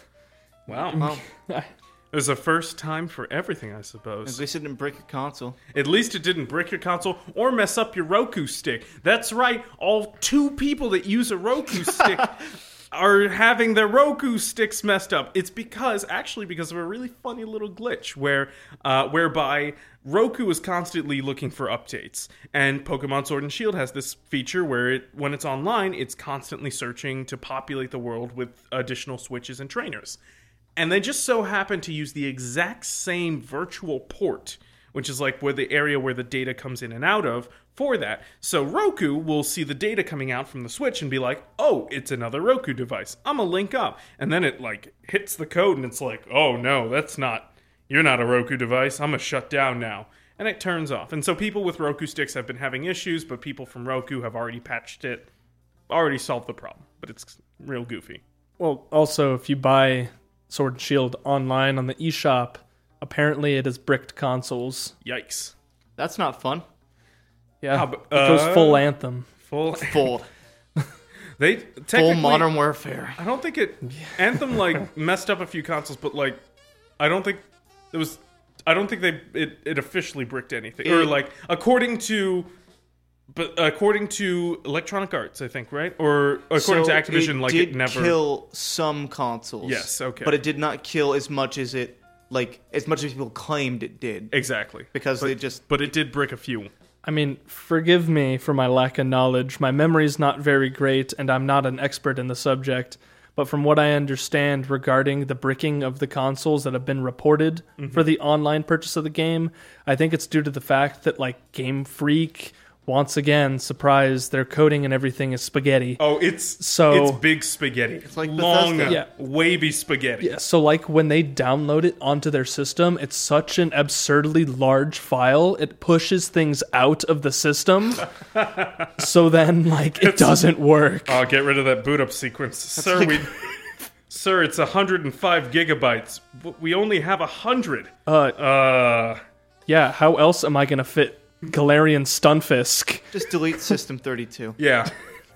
Speaker 1: Wow.
Speaker 3: Well,
Speaker 1: It was the first time for everything, I suppose.
Speaker 3: at least it didn't break a console.
Speaker 1: At least it didn't brick your console or mess up your Roku stick. That's right, all two people that use a Roku stick are having their Roku sticks messed up. It's because, actually, because of a really funny little glitch where, uh, whereby Roku is constantly looking for updates, and Pokemon Sword and Shield has this feature where, it, when it's online, it's constantly searching to populate the world with additional switches and trainers and they just so happen to use the exact same virtual port which is like where the area where the data comes in and out of for that so roku will see the data coming out from the switch and be like oh it's another roku device i'm a link up and then it like hits the code and it's like oh no that's not you're not a roku device i'm gonna shut down now and it turns off and so people with roku sticks have been having issues but people from roku have already patched it already solved the problem but it's real goofy
Speaker 2: Well, also, if you buy Sword and Shield online on the eShop, apparently it is bricked consoles.
Speaker 1: yikes
Speaker 3: That's not fun.
Speaker 2: Yeah,
Speaker 1: Ah, but-
Speaker 2: it goes
Speaker 1: uh,
Speaker 2: full anthem.
Speaker 1: full
Speaker 3: Full,
Speaker 1: They
Speaker 3: full
Speaker 1: technically,
Speaker 3: Modern Warfare.
Speaker 1: I don't think it. Anthem like messed up a few consoles, but like, I don't think it was. I don't think they it, it officially bricked anything, or
Speaker 3: It-
Speaker 1: like according to, but according to Electronic Arts, I think right, or according
Speaker 3: So
Speaker 1: to Activision, like
Speaker 3: did
Speaker 1: it never.
Speaker 3: kill some consoles.
Speaker 1: Yes, okay.
Speaker 3: But it did not kill as much as it like as much as people claimed it did
Speaker 1: exactly,
Speaker 3: because they just
Speaker 1: but it did brick a few.
Speaker 2: I mean, forgive me for my lack of knowledge. My memory's not very great, and I'm not an expert in the subject. But from what I understand regarding the bricking of the consoles that have been reported for the online purchase of the game, I think it's due to the fact that, like, Game Freak, once again, surprise, their coding and everything is spaghetti.
Speaker 1: Oh, it's
Speaker 2: So-
Speaker 1: it's big spaghetti. It's
Speaker 3: like
Speaker 1: long,
Speaker 3: Bethesda.
Speaker 2: Yeah.
Speaker 1: wavy spaghetti.
Speaker 2: Yeah, so like when they download it onto their system, it's such an absurdly large file. It pushes things out of the system. so then like it doesn't work.
Speaker 1: Oh, get rid of that boot up sequence, sir. we, sir, it's 105 gigabytes. but We only have a hundred.
Speaker 2: Uh
Speaker 1: Uh,
Speaker 2: yeah, how else am I going to fit Galarian Stunfisk?
Speaker 3: just delete System 32.
Speaker 1: yeah.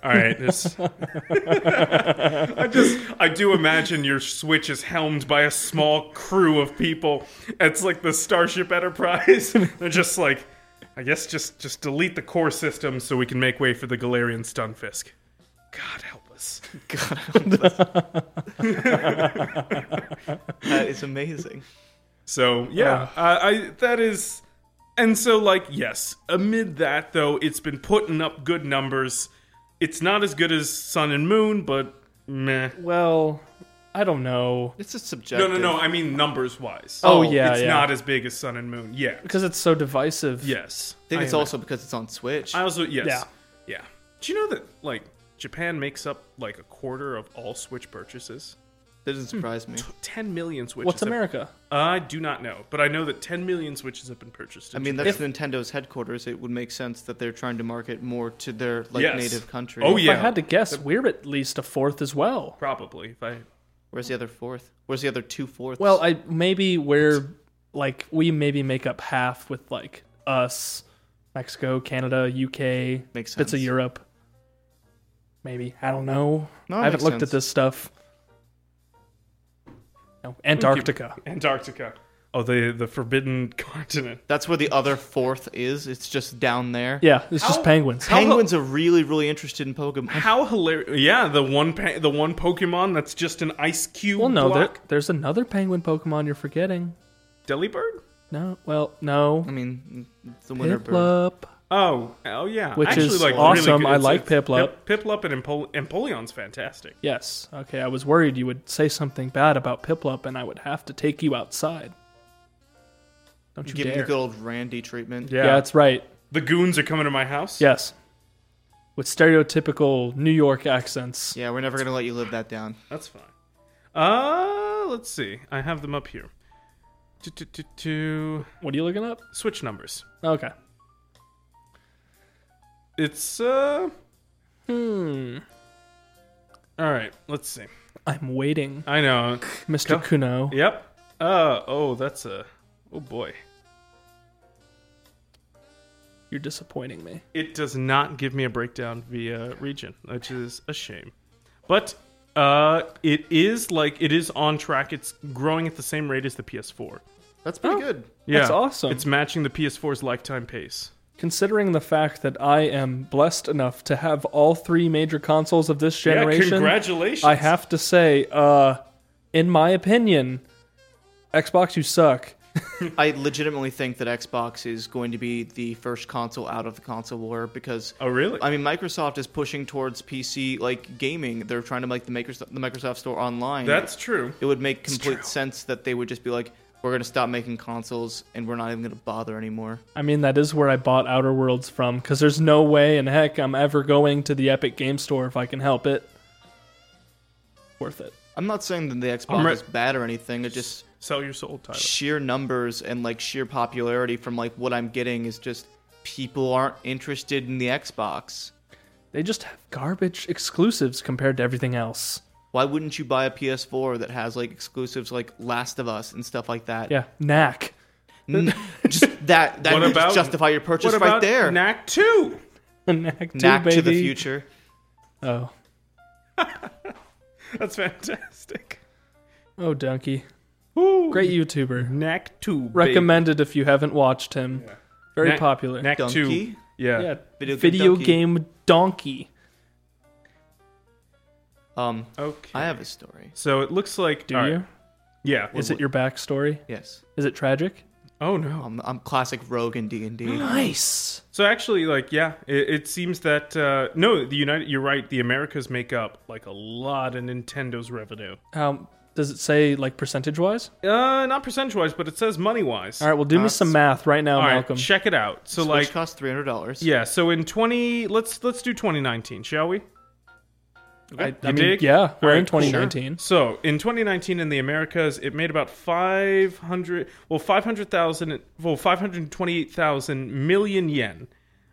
Speaker 1: All right. This. I just, I do imagine your Switch is helmed by a small crew of people. It's like the Starship Enterprise. They're just like, I guess, just, just delete the core system so we can make way for the Galarian Stunfisk. God help us.
Speaker 3: God, I hope that's- that is amazing.
Speaker 1: So yeah, uh, I that is, and so like yes. Amid that though, it's been putting up good numbers. It's not as good as Sun and Moon, but meh.
Speaker 2: Well, I don't know.
Speaker 3: It's just
Speaker 1: No,
Speaker 3: subjective.
Speaker 1: no, no. I mean numbers wise.
Speaker 2: Oh,
Speaker 3: Oh,
Speaker 2: yeah,
Speaker 1: it's
Speaker 2: yeah.
Speaker 1: not as big as Sun and Moon. Yeah.
Speaker 2: because it's so divisive.
Speaker 1: Yes.
Speaker 3: I think it's
Speaker 1: am-
Speaker 3: also because it's on Switch.
Speaker 1: I also yes.
Speaker 2: Yeah.
Speaker 1: Yeah. Yeah. Do you know that like Japan makes up like a quarter of all Switch purchases?
Speaker 3: That doesn't surprise me.
Speaker 1: Ten million Switches.
Speaker 2: What's
Speaker 1: have-
Speaker 2: America?
Speaker 1: I do not know, but I know that ten million Switches have been purchased.
Speaker 3: I
Speaker 1: in
Speaker 3: mean, that's Nintendo's headquarters. It would make sense that they're trying to market more to their like
Speaker 1: Yes.
Speaker 3: native country.
Speaker 1: Oh yeah.
Speaker 2: If I had to guess, we're at least a fourth as well.
Speaker 1: Probably if I
Speaker 3: Where's the other fourth? Where's the other two fourths?
Speaker 2: Well, I maybe we're like we maybe make up half with like us, Mexico, Canada, UK,
Speaker 3: Makes
Speaker 2: bits of
Speaker 3: sense.
Speaker 2: Europe. Maybe I don't know.
Speaker 3: No,
Speaker 2: I
Speaker 3: it
Speaker 2: haven't
Speaker 3: makes
Speaker 2: looked at
Speaker 3: sense.
Speaker 2: this stuff. No, Antarctica.
Speaker 1: Antarctica. Oh, the the forbidden continent.
Speaker 3: that's where the other fourth is. It's just down there.
Speaker 2: Yeah, it's just
Speaker 1: How-
Speaker 2: penguins.
Speaker 1: how-
Speaker 3: Penguins are really, really interested in Pokemon.
Speaker 1: How hilarious! Yeah, the one pa- the one Pokemon that's just an ice cube.
Speaker 2: Well, no, there,
Speaker 1: block.
Speaker 2: there's another penguin Pokemon you're forgetting.
Speaker 1: Delibird.
Speaker 2: No, well, no,
Speaker 3: I mean, it's the winter bird.
Speaker 2: Piplup.
Speaker 1: Oh, oh yeah,
Speaker 2: Which
Speaker 1: Actually,
Speaker 2: is
Speaker 1: like,
Speaker 2: awesome.
Speaker 1: Really good.
Speaker 2: I
Speaker 1: It's-
Speaker 2: like
Speaker 1: it's-
Speaker 2: Piplup.
Speaker 1: Pip, Piplup and Empol- Empoleon's fantastic.
Speaker 2: Yes. Okay, I was worried you would say something bad about Piplup, and I would have to take you outside. Don't you
Speaker 3: Give
Speaker 2: dare.
Speaker 3: you good old Randy treatment.
Speaker 2: yeah, that's right.
Speaker 1: the goons are coming to my house.
Speaker 2: Yes. With stereotypical New York accents.
Speaker 3: Yeah, we're never gonna let you live that down.
Speaker 1: That's fine. Uh, let's see. I have them up here. To, to, to, to
Speaker 2: What are you looking up?
Speaker 1: switch numbers.
Speaker 2: Okay.
Speaker 1: It's uh.
Speaker 2: Hmm.
Speaker 1: All right. Let's see.
Speaker 2: I'm waiting,
Speaker 1: I know.
Speaker 2: Mr. Kuno.
Speaker 1: Yep. Uh. Oh, that's a. Oh boy.
Speaker 2: You're disappointing me.
Speaker 1: It does not give me a breakdown via region, which is a shame. But uh, it is like it is on track. It's growing at the same rate as the PS4.
Speaker 3: That's pretty
Speaker 2: Oh.
Speaker 3: good.
Speaker 1: Yeah,
Speaker 2: That's awesome.
Speaker 1: It's matching the PS4's lifetime pace.
Speaker 2: Considering the fact that I am blessed enough to have all three major consoles of this
Speaker 1: Yeah,
Speaker 2: generation,
Speaker 1: congratulations.
Speaker 2: I have to say, uh, in my opinion, Xbox, you suck.
Speaker 3: I legitimately think that Xbox is going to be the first console out of the console war because
Speaker 1: Oh really?
Speaker 3: I mean Microsoft is pushing towards PC like gaming. They're trying to make the Microsoft, the Microsoft Store online.
Speaker 1: That's true.
Speaker 3: it would make complete sense that they would just be like, we're gonna stop making consoles and we're not even gonna bother anymore.
Speaker 2: I mean, that is where I bought Outer Worlds from, because there's no way in heck I'm ever going to the Epic Game Store if I can help it. Worth it.
Speaker 3: I'm not saying that the Xbox
Speaker 1: re-
Speaker 3: is bad or anything. It just
Speaker 1: Sell your soul, Tyler.
Speaker 3: sheer numbers and like sheer popularity from like what I'm getting is just people aren't interested in the Xbox.
Speaker 2: They just have garbage exclusives compared to everything else.
Speaker 3: Why wouldn't you buy a PS4 that has like exclusives like Last of Us and stuff like that?
Speaker 2: Yeah, knack.
Speaker 3: N- just that that
Speaker 1: What
Speaker 3: would
Speaker 1: about-
Speaker 3: just justify your purchase
Speaker 1: what about
Speaker 3: right there.
Speaker 1: Knack Two?
Speaker 2: knack, too,
Speaker 3: Knack to the
Speaker 2: baby.
Speaker 3: future.
Speaker 2: Oh,
Speaker 1: That's fantastic.
Speaker 2: oh, donkey.
Speaker 1: Ooh,
Speaker 2: Great YouTuber.
Speaker 1: Knack Two.
Speaker 2: Recommended if you haven't watched him. Very
Speaker 1: Knack-
Speaker 2: popular.
Speaker 1: Knack Two.
Speaker 3: Donkey?
Speaker 1: Yeah.
Speaker 2: yeah,
Speaker 3: Video
Speaker 2: video,
Speaker 3: game donkey.
Speaker 2: game donkey.
Speaker 3: Um,
Speaker 1: Okay.
Speaker 3: I have a story.
Speaker 1: So it looks like.
Speaker 2: Do
Speaker 1: all right.
Speaker 2: you?
Speaker 1: Yeah.
Speaker 2: Is it your backstory?
Speaker 3: Yes,
Speaker 2: Is it tragic?
Speaker 1: Oh no.
Speaker 3: I'm, I'm classic rogue in D and D.
Speaker 2: Nice.
Speaker 1: So actually, like, yeah, it, it seems that uh, no, the United. You're right. The Americas make up like a lot of Nintendo's revenue.
Speaker 2: Um, does it say like percentage wise?
Speaker 1: Uh, not percentage wise, but it says money wise.
Speaker 2: All right, well, do me
Speaker 3: That's-
Speaker 2: some math right now, Malcolm.
Speaker 1: check it out. So
Speaker 3: Which
Speaker 1: like,
Speaker 3: costs three hundred dollars.
Speaker 1: yeah. So in twenty, let's let's do 2019, shall we?
Speaker 2: I, I
Speaker 1: You
Speaker 2: mean,
Speaker 1: dig?
Speaker 2: yeah, we're
Speaker 1: All
Speaker 2: in
Speaker 1: right, cool.
Speaker 2: 2019.
Speaker 1: So in 2019 in the Americas, it made about 500, well 500,000, well 528,000 million yen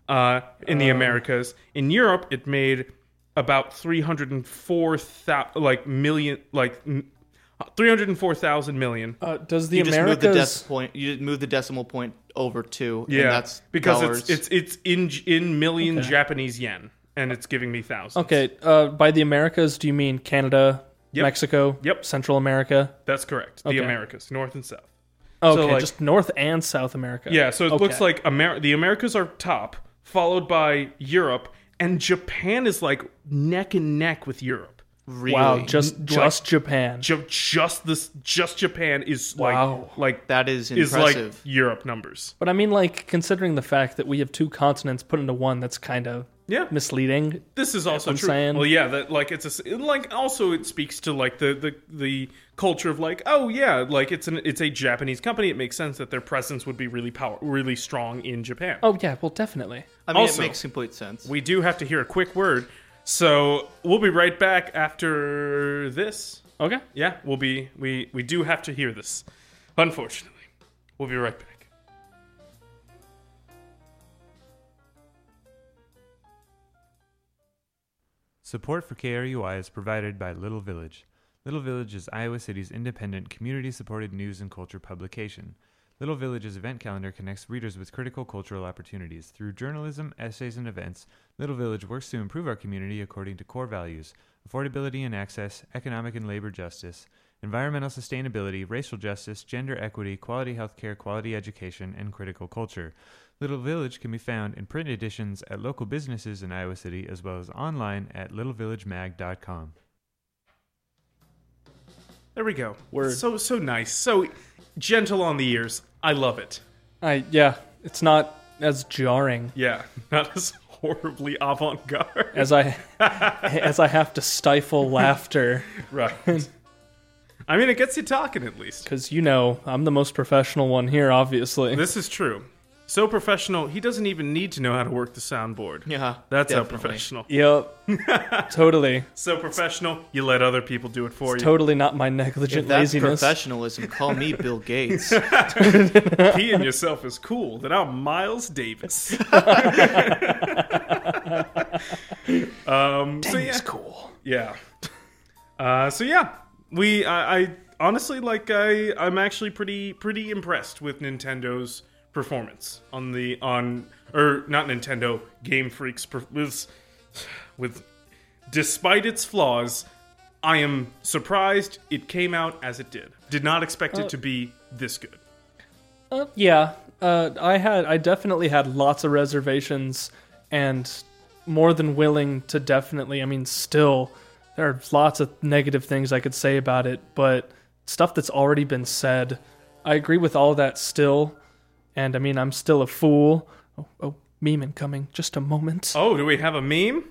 Speaker 1: uh, in the Americas. In Europe, it made about 304,000, like million, like n- 304,000 million.
Speaker 2: Uh, does the
Speaker 3: You just move the
Speaker 2: Americas?
Speaker 3: decimal point. You just move the decimal point over two.
Speaker 1: yeah,
Speaker 3: and that's
Speaker 1: because
Speaker 3: dollars.
Speaker 1: it's it's it's in in million
Speaker 2: Okay.
Speaker 1: Japanese yen, and it's giving me thousands.
Speaker 2: okay, uh, by the Americas, do you mean Canada,
Speaker 1: Yep.
Speaker 2: Mexico,
Speaker 1: Yep.
Speaker 2: Central America?
Speaker 1: that's correct.
Speaker 2: Okay.
Speaker 1: The Americas, North and South.
Speaker 2: Okay,
Speaker 1: like-
Speaker 2: just North and South America.
Speaker 1: Yeah, so it
Speaker 2: Okay.
Speaker 1: looks like Amer- the Americas are top, followed by Europe, and Japan is like neck and neck with Europe.
Speaker 3: really
Speaker 2: wow, just just Japan.
Speaker 1: Ju- just this, just Japan is like
Speaker 2: Wow.
Speaker 1: like
Speaker 3: that is
Speaker 1: is
Speaker 3: impressive.
Speaker 1: like Europe numbers.
Speaker 2: but I mean, like considering the fact that we have two continents put into one, that's kind of
Speaker 1: Yeah,
Speaker 2: misleading.
Speaker 1: this is also
Speaker 2: I'm
Speaker 1: true.
Speaker 2: saying.
Speaker 1: Well, yeah, that like it's a s- like also it speaks to like the the the culture of like oh yeah like it's an it's a Japanese company. It makes sense that their presence would be really power really strong in Japan.
Speaker 2: Oh yeah, well definitely.
Speaker 3: I mean,
Speaker 1: also-
Speaker 3: it makes complete sense.
Speaker 1: We do have to hear a quick word, so we'll be right back after this.
Speaker 2: Okay.
Speaker 1: Yeah, we'll be we we do have to hear this. Unfortunately, we'll be right back.
Speaker 5: Support for KRUI is provided by Little Village. Little Village is Iowa City's independent, community supported news and culture publication. Little Village's event calendar connects readers with critical cultural opportunities. Through journalism, essays, and events, Little Village works to improve our community according to core values affordability and access, economic and labor justice, environmental sustainability, racial justice, gender equity, quality healthcare, quality education, and critical culture. Little Village can be found in print editions at local businesses in Iowa City as well as online at littlevillagemag.com.
Speaker 1: There we go.
Speaker 2: Word.
Speaker 1: So so nice, so gentle on the ears. I love it.
Speaker 2: I yeah, it's not as jarring
Speaker 1: Yeah, not as horribly avant garde.
Speaker 2: as I as I have to stifle laughter.
Speaker 1: Right. I mean, it gets you talking at least.
Speaker 2: Because, you know, I'm the most professional one here, obviously.
Speaker 1: This is true. So professional, he doesn't even need to know how to work the soundboard.
Speaker 3: Yeah,
Speaker 1: That's how
Speaker 3: definitely.
Speaker 1: professional.
Speaker 2: Yep. totally.
Speaker 1: So professional, you let other people do it for you.
Speaker 2: Totally not my negligent
Speaker 3: If that's
Speaker 2: laziness.
Speaker 3: professionalism, call me Bill Gates.
Speaker 1: He and yourself is cool. Then I'm Miles Davis. um, so yeah,
Speaker 2: cool.
Speaker 1: yeah. Uh, so yeah, we. I, I honestly like. I I'm actually pretty pretty impressed with Nintendo's performance on the on or not Nintendo Game Freaks per- with with despite its flaws. I am surprised it came out as it did. Did not expect it to be this good.
Speaker 2: Uh, yeah, uh, I had I definitely had lots of reservations and more than willing to definitely. I mean, still there are lots of negative things I could say about it, but stuff that's already been said, I agree with all that still. And I mean, I'm still a fool. Oh, oh meme incoming. Just a moment.
Speaker 1: Oh, do we have a meme?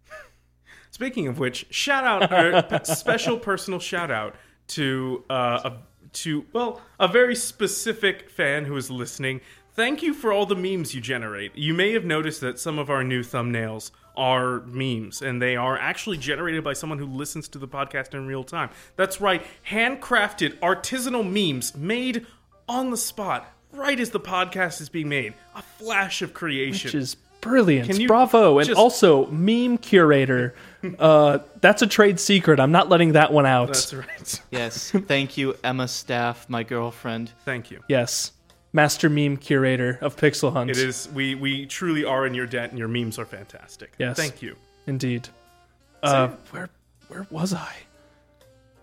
Speaker 1: Speaking of which, shout out or p- special personal shout out to uh, a, to well a very specific fan who is listening. Thank you for all the memes you generate. You may have noticed that some of our new thumbnails are memes, and they are actually generated by someone who listens to the podcast in real time. That's right, handcrafted artisanal memes made on the spot, right as the podcast is being made. A flash of creation.
Speaker 2: Which is brilliant.
Speaker 1: Can you
Speaker 2: Bravo. And
Speaker 1: just-
Speaker 2: also, meme curator. uh, that's a trade secret. I'm not letting that one out.
Speaker 1: That's right.
Speaker 3: yes, thank you, Emma Staff, my girlfriend.
Speaker 1: Thank you.
Speaker 2: Yes. Master meme curator of Pixel Hunt.
Speaker 1: It is. We we truly are in your debt, and your memes are fantastic.
Speaker 2: Yes.
Speaker 1: Thank you.
Speaker 2: Indeed. Uh, where where was I?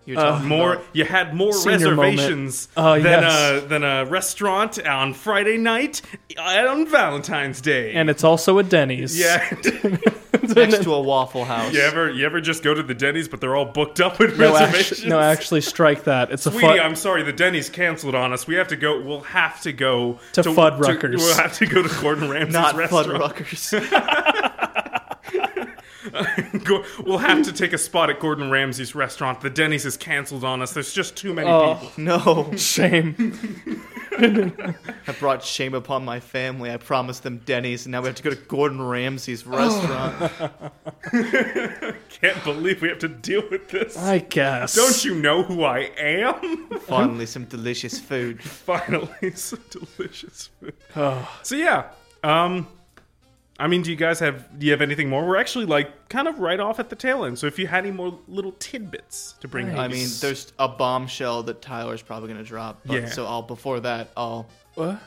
Speaker 3: You're talking
Speaker 1: Uh, More.
Speaker 3: about-
Speaker 1: You had more
Speaker 2: Uh, Senior moment.
Speaker 1: reservations
Speaker 2: Uh,
Speaker 1: than
Speaker 2: yes.
Speaker 1: a than a restaurant on Friday night uh, on Valentine's Day.
Speaker 2: And it's also a Denny's.
Speaker 1: yeah.
Speaker 3: next to a Waffle House.
Speaker 1: you ever you ever just go to the Denny's, but they're all booked up with
Speaker 2: No,
Speaker 1: reservations.
Speaker 2: actually, no, actually, strike that. It's a
Speaker 1: Sweetie,
Speaker 2: fun.
Speaker 1: I'm sorry, the Denny's canceled on us. We have to go. We'll have to go
Speaker 2: To Fuddruckers.
Speaker 1: we'll have to go to Gordon Ramsay's
Speaker 3: Not
Speaker 1: restaurant.
Speaker 3: Fuddruckers.
Speaker 1: Go- we'll have to take a spot at Gordon Ramsay's restaurant. The Denny's is canceled on us. There's just too many
Speaker 2: Oh,
Speaker 1: people.
Speaker 3: no.
Speaker 2: Shame.
Speaker 3: I brought shame upon my family. I promised them Denny's, and now we have to go to Gordon Ramsay's restaurant.
Speaker 1: Can't believe we have to deal with this.
Speaker 2: I guess.
Speaker 1: Don't you know who I am?
Speaker 3: Finally, some delicious food.
Speaker 1: Finally, some delicious food.
Speaker 2: Oh.
Speaker 1: So yeah, um, I mean, do you guys have do you have anything more? We're actually like kind of right off at the tail end. So if you had any more little tidbits to bring,
Speaker 3: I
Speaker 1: up-
Speaker 3: mean, there's a bombshell that Tyler's probably gonna drop. But,
Speaker 1: Yeah.
Speaker 3: So I'll before that, I'll
Speaker 2: What?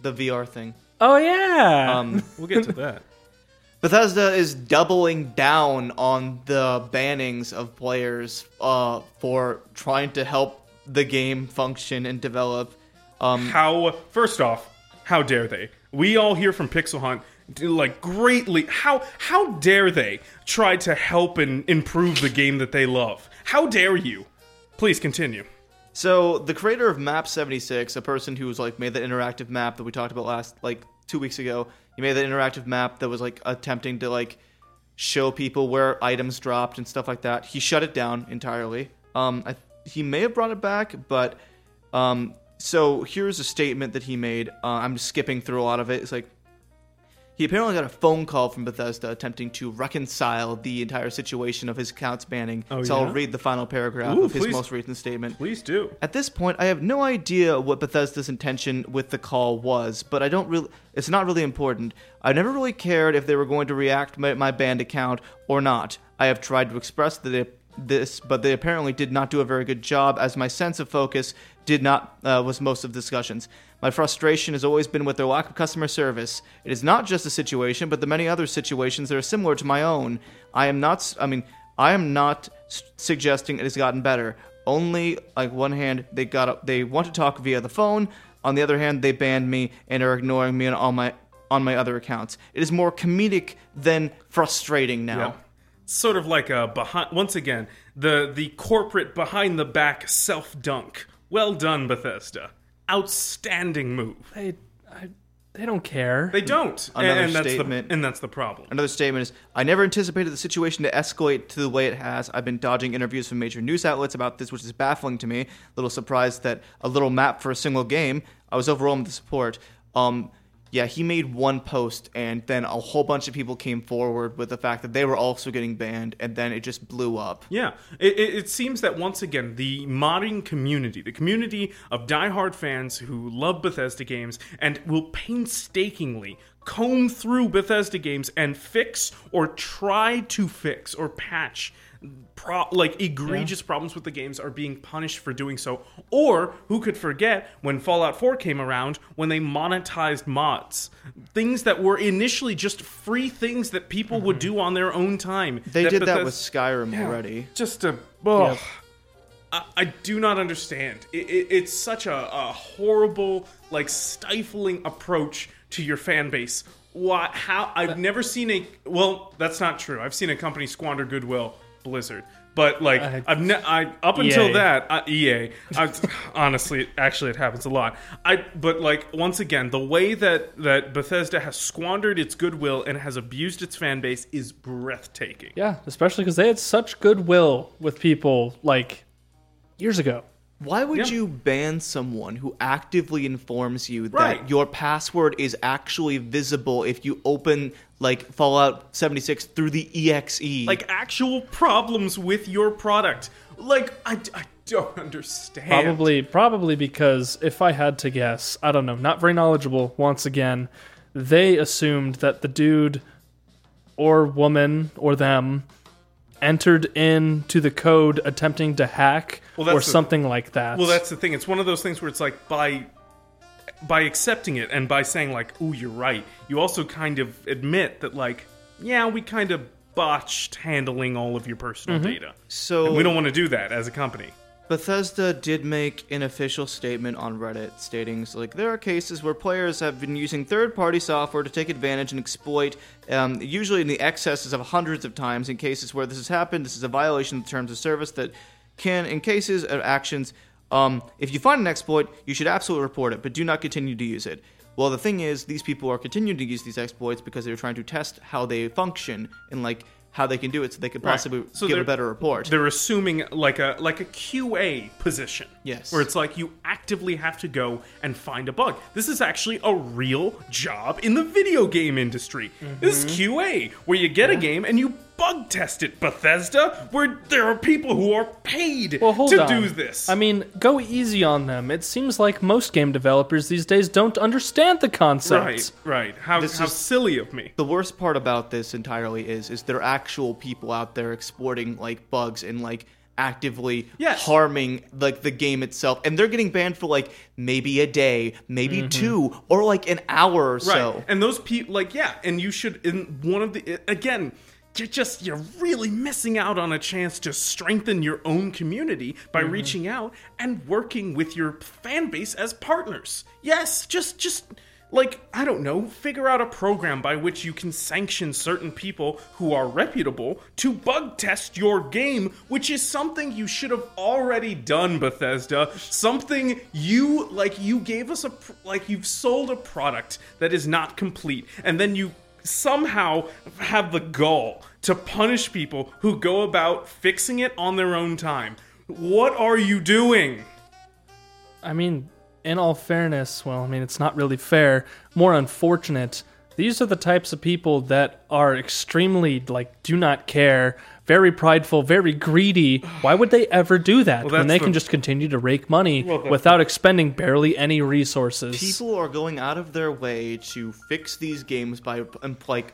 Speaker 3: the VR thing.
Speaker 2: Oh yeah.
Speaker 3: Um,
Speaker 1: we'll get to that.
Speaker 3: Bethesda is doubling down on the bannings of players uh, for trying to help the game function and develop. Um,
Speaker 1: How first off, how dare they? We all hear from Pixel Hunt do, like greatly how how dare they try to help and improve the game that they love? How dare you? Please continue.
Speaker 3: So the creator of Map 76, a person who was like made that interactive map that we talked about last like 2 weeks ago. He made that interactive map that was like attempting to like show people where items dropped and stuff like that. He shut it down entirely. Um I, he may have brought it back, but um so here's a statement that he made. Uh, I'm skipping through a lot of it. It's like he apparently got a phone call from Bethesda attempting to reconcile the entire situation of his account's banning.
Speaker 1: Oh,
Speaker 3: so
Speaker 1: yeah?
Speaker 3: I'll read the final paragraph
Speaker 1: Ooh,
Speaker 3: of his
Speaker 1: please.
Speaker 3: most recent statement.
Speaker 1: Please do.
Speaker 3: At this point, I have no idea what Bethesda's intention with the call was, but I don't really. It's not really important. I never really cared if they were going to react my, my banned account or not. I have tried to express that it, this, but they apparently did not do a very good job, as my sense of focus did not uh, was most of the discussions. My frustration has always been with their lack of customer service. It is not just a situation, but the many other situations that are similar to my own. I am not. s- I mean, I am not s- suggesting it has gotten better only like one hand they got up they want to talk via the phone on the other hand they banned me and are ignoring me on all my on my other accounts it is more comedic than frustrating now
Speaker 1: sort of like a behind once again the the corporate behind the back self dunk well done bethesda outstanding move
Speaker 2: they I, They don't care.
Speaker 1: They don't.
Speaker 3: Another
Speaker 1: and that's
Speaker 3: statement.
Speaker 1: The, and that's the problem.
Speaker 3: Another statement is I never anticipated the situation to escalate to the way it has. I've been dodging interviews from major news outlets about this, which is baffling to me. Little surprised that a little map for a single game. I was overwhelmed with support. Um, yeah, he made one post, and then a whole bunch of people came forward with the fact that they were also getting banned, and then it just blew up.
Speaker 1: Yeah, it, it, it seems that once again, the modding community, the community of diehard fans who love Bethesda games and will painstakingly comb through Bethesda games and fix or try to fix or patch pro- like egregious problems with the games are being punished for doing so. Or who could forget when Fallout 4 came around when they monetized mods, things that were initially just free things that people would do on their own time.
Speaker 3: Mm-hmm. They did
Speaker 1: Bethesda-
Speaker 3: that with Skyrim
Speaker 1: yeah,
Speaker 3: already.
Speaker 1: Just a. Oh,
Speaker 2: Yep.
Speaker 1: I, I do not understand. It, it, it's such a, a horrible, like stifling approach to your fan base. Why? How? I've never seen a. Well, that's not true. I've seen a company squander goodwill, Blizzard. But like
Speaker 2: I-
Speaker 1: I've ne- I up until
Speaker 2: EA.
Speaker 1: that I, EA I, honestly actually it happens a lot I but like once again the way that that Bethesda has squandered its goodwill and has abused its fan base is breathtaking
Speaker 2: Yeah, especially because they had such goodwill with people like years ago.
Speaker 3: Why would
Speaker 1: Yeah.
Speaker 3: you ban someone who actively informs you
Speaker 1: Right.
Speaker 3: that your password is actually visible if you open like Fallout 76 through the E exe?
Speaker 1: like actual problems with your product. Like I, I don't understand.
Speaker 2: Probably, probably because if I had to guess, I don't know, not very knowledgeable. Once again, they assumed that the dude or woman or them entered into the code attempting to hack
Speaker 1: Well,
Speaker 2: or
Speaker 1: that's the-
Speaker 2: something like that.
Speaker 1: Well, that's the thing. It's one of those things where it's like by by accepting it and by saying like, "Ooh, you're right." You also kind of admit that like, yeah, we kind of botched handling all of your personal data.
Speaker 3: so
Speaker 1: And we don't want to do that as a company.
Speaker 3: Bethesda did make an official statement on Reddit stating so, like there are cases where players have been using third-party software to take advantage and exploit um, usually in the excesses of hundreds of times in cases where this has happened this is a violation of the terms of service that can in cases of actions um, if you find an exploit you should absolutely report it but do not continue to use it well the thing is these people are continuing to use these exploits because they're trying to test how they function and like how they can do it so they could possibly
Speaker 1: So
Speaker 3: give a
Speaker 1: they're-
Speaker 3: better report
Speaker 1: They're assuming like a like a QA position.
Speaker 3: Yes.
Speaker 1: Where it's like you actively have to go and find a bug. This is actually a real job in the video game industry. This
Speaker 3: Mm-hmm.
Speaker 1: is QA, where you get a game and you bug test it, Bethesda, where there are people who are paid
Speaker 2: Well, hold
Speaker 1: to
Speaker 2: on.
Speaker 1: do this.
Speaker 2: I mean, go easy on them. It seems like most game developers these days don't understand the concept.
Speaker 1: right, right. How,
Speaker 3: This
Speaker 1: how
Speaker 3: is-
Speaker 1: silly of me.
Speaker 3: The worst part about this entirely is is there are actual people out there exploiting like bugs and like actively
Speaker 1: Yes.
Speaker 3: harming like the game itself and they're getting banned for like maybe a day, maybe two or like an hour or so.
Speaker 1: And those people, like, yeah, and you should, in one of the, again, you're just, you're really missing out on a chance to strengthen your own community by reaching out and working with your fan base as partners. Yes, just, just, like, I don't know, figure out a program by which you can sanction certain people who are reputable to bug test your game, which is something you should have already done, Bethesda. Something you, like, you gave us a, pr- like, you've sold a product that is not complete, and then you somehow have the gall to punish people who go about fixing it on their own time. What are you doing?
Speaker 2: I mean, in all fairness, well, I mean, it's not really fair, more unfortunate. These are the types of people that are extremely, like, do not care, very prideful, very greedy. Why would they ever do that when
Speaker 1: that's
Speaker 2: they
Speaker 1: the-
Speaker 2: can just continue to rake money
Speaker 1: that's
Speaker 2: without expending barely any resources?
Speaker 3: People are going out of their way to fix these games by um, like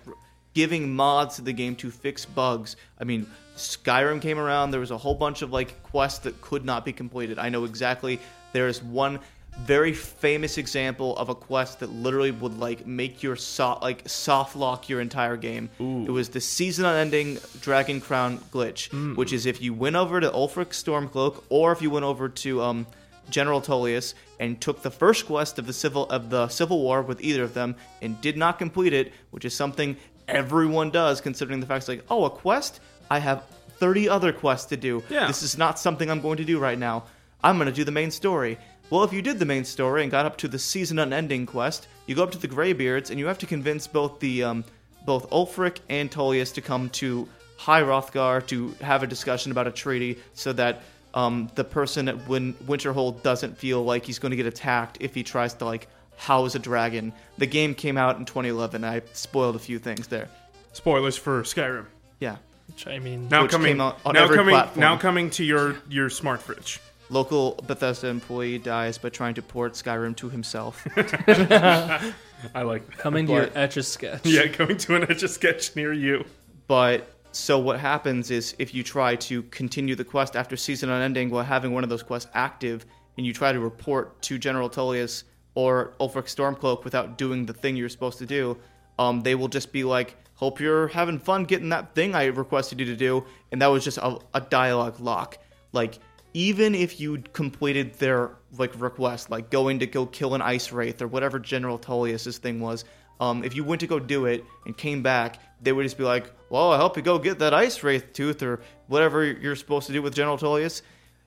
Speaker 3: giving mods to the game to fix bugs. I mean, Skyrim came around. There was a whole bunch of like quests that could not be completed. I know exactly. There is one very famous example of a quest that literally would like make your so- like soft lock your entire game. It was the season-ending Dragon Crown glitch, which is if you went over to Ulfric Stormcloak or if you went over to um, General Tullius and took the first quest of the civil of the Civil War with either of them and did not complete it, which is something everyone does considering the fact it's like, oh, a quest? I have 30 other quests to do.
Speaker 1: Yeah.
Speaker 3: This is not something I'm going to do right now. I'm going to do the main story. Well, if you did the main story and got up to the season unending quest, you go up to the Greybeards and you have to convince both the um, both Ulfric and Tolius to come to High Hrothgar to have a discussion about a treaty so that um, the person at Win- Winterhold doesn't feel like he's going to get attacked if he tries to like house a dragon. The game came out in 2011. I spoiled a few things there.
Speaker 1: Spoilers for Skyrim.
Speaker 3: Yeah,
Speaker 2: Which, I mean,
Speaker 1: Now
Speaker 3: Which
Speaker 1: coming
Speaker 3: came out on
Speaker 1: now
Speaker 3: every
Speaker 1: coming
Speaker 3: platform.
Speaker 1: now coming to your your smart fridge.
Speaker 3: local Bethesda employee dies by trying to port Skyrim to himself.
Speaker 1: I like
Speaker 2: coming to your etch a sketch.
Speaker 1: yeah, coming to an etch a sketch near you.
Speaker 3: But so what happens is if you try to continue the quest after season unending while having one of those quests active, and you try to report to General Tullius or Ulfric Stormcloak without doing the thing you're supposed to do, um, they will just be like, "Hope you're having fun getting that thing I requested you to do," and that was just a, a dialogue lock. Like even if you completed their like request, like going to go kill an ice wraith or whatever General Tullius's thing was, um, if you went to go do it and came back, they would just be like, "Well, I help you go get that ice wraith tooth or whatever you're supposed to do with General Tullius."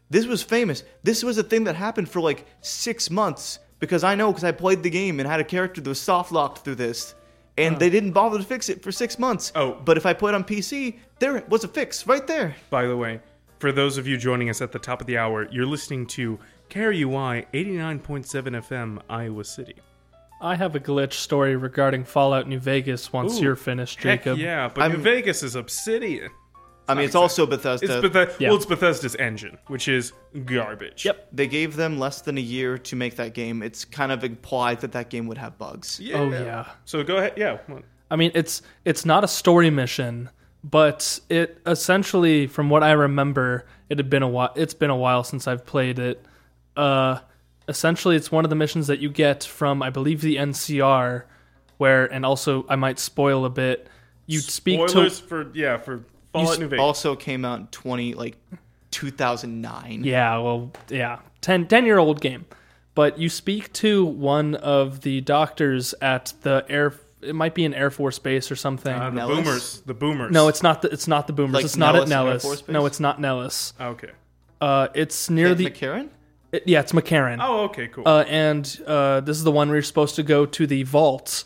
Speaker 3: This was famous. This was a thing that happened for like six months because I know because I played the game and had a character that was soft locked through this, and they didn't bother to fix it for six months.
Speaker 1: Oh.
Speaker 3: but if I played on PC, there was a fix right there.
Speaker 1: By the way, for those of you joining us at the top of the hour, you're listening to KRUI 89.7 FM, Iowa City.
Speaker 2: I have a glitch story regarding Fallout New Vegas once
Speaker 1: Ooh,
Speaker 2: you're finished,
Speaker 1: Heck
Speaker 2: Jacob.
Speaker 1: yeah, but New
Speaker 3: I'm-
Speaker 1: Vegas is Obsidian.
Speaker 3: I mean, it's also Bethesda.
Speaker 1: It's Beth-
Speaker 2: yeah.
Speaker 1: Well, it's Bethesda's engine, which is garbage.
Speaker 2: Yep.
Speaker 3: they gave them less than a year to make that game. It's kind of implied that that game would have bugs.
Speaker 1: Yeah.
Speaker 2: Oh, yeah.
Speaker 1: So go ahead. Yeah. well,
Speaker 2: I mean, it's it's not a story mission, but it essentially, from what I remember, it had been a while. It's been a while since I've played it. Uh, essentially, it's one of the missions that you get from, I believe, the NCR, where, and also I might spoil a bit. You speak to
Speaker 1: Spoilers for yeah for Fallout
Speaker 2: s-
Speaker 1: New Vegas.
Speaker 3: Also came out in 20 like 2009.
Speaker 2: Yeah, well, yeah. 10, 10 year old game. But you speak to one of the doctors at the air it might be an Air Force base or something.
Speaker 1: Uh, the
Speaker 3: Nellis?
Speaker 1: boomers. The boomers.
Speaker 2: no, it's not the it's not the boomers.
Speaker 3: Like
Speaker 2: it's not
Speaker 3: Nellis
Speaker 2: at
Speaker 3: Air
Speaker 2: Nellis.
Speaker 3: Force Base?
Speaker 2: No, it's not Nellis.
Speaker 1: Ah, okay.
Speaker 2: Uh it's near the
Speaker 3: McCarran?
Speaker 2: it- yeah, it's McCarran.
Speaker 1: Oh, okay, cool.
Speaker 2: Uh and uh this is the one where you're supposed to go to the vaults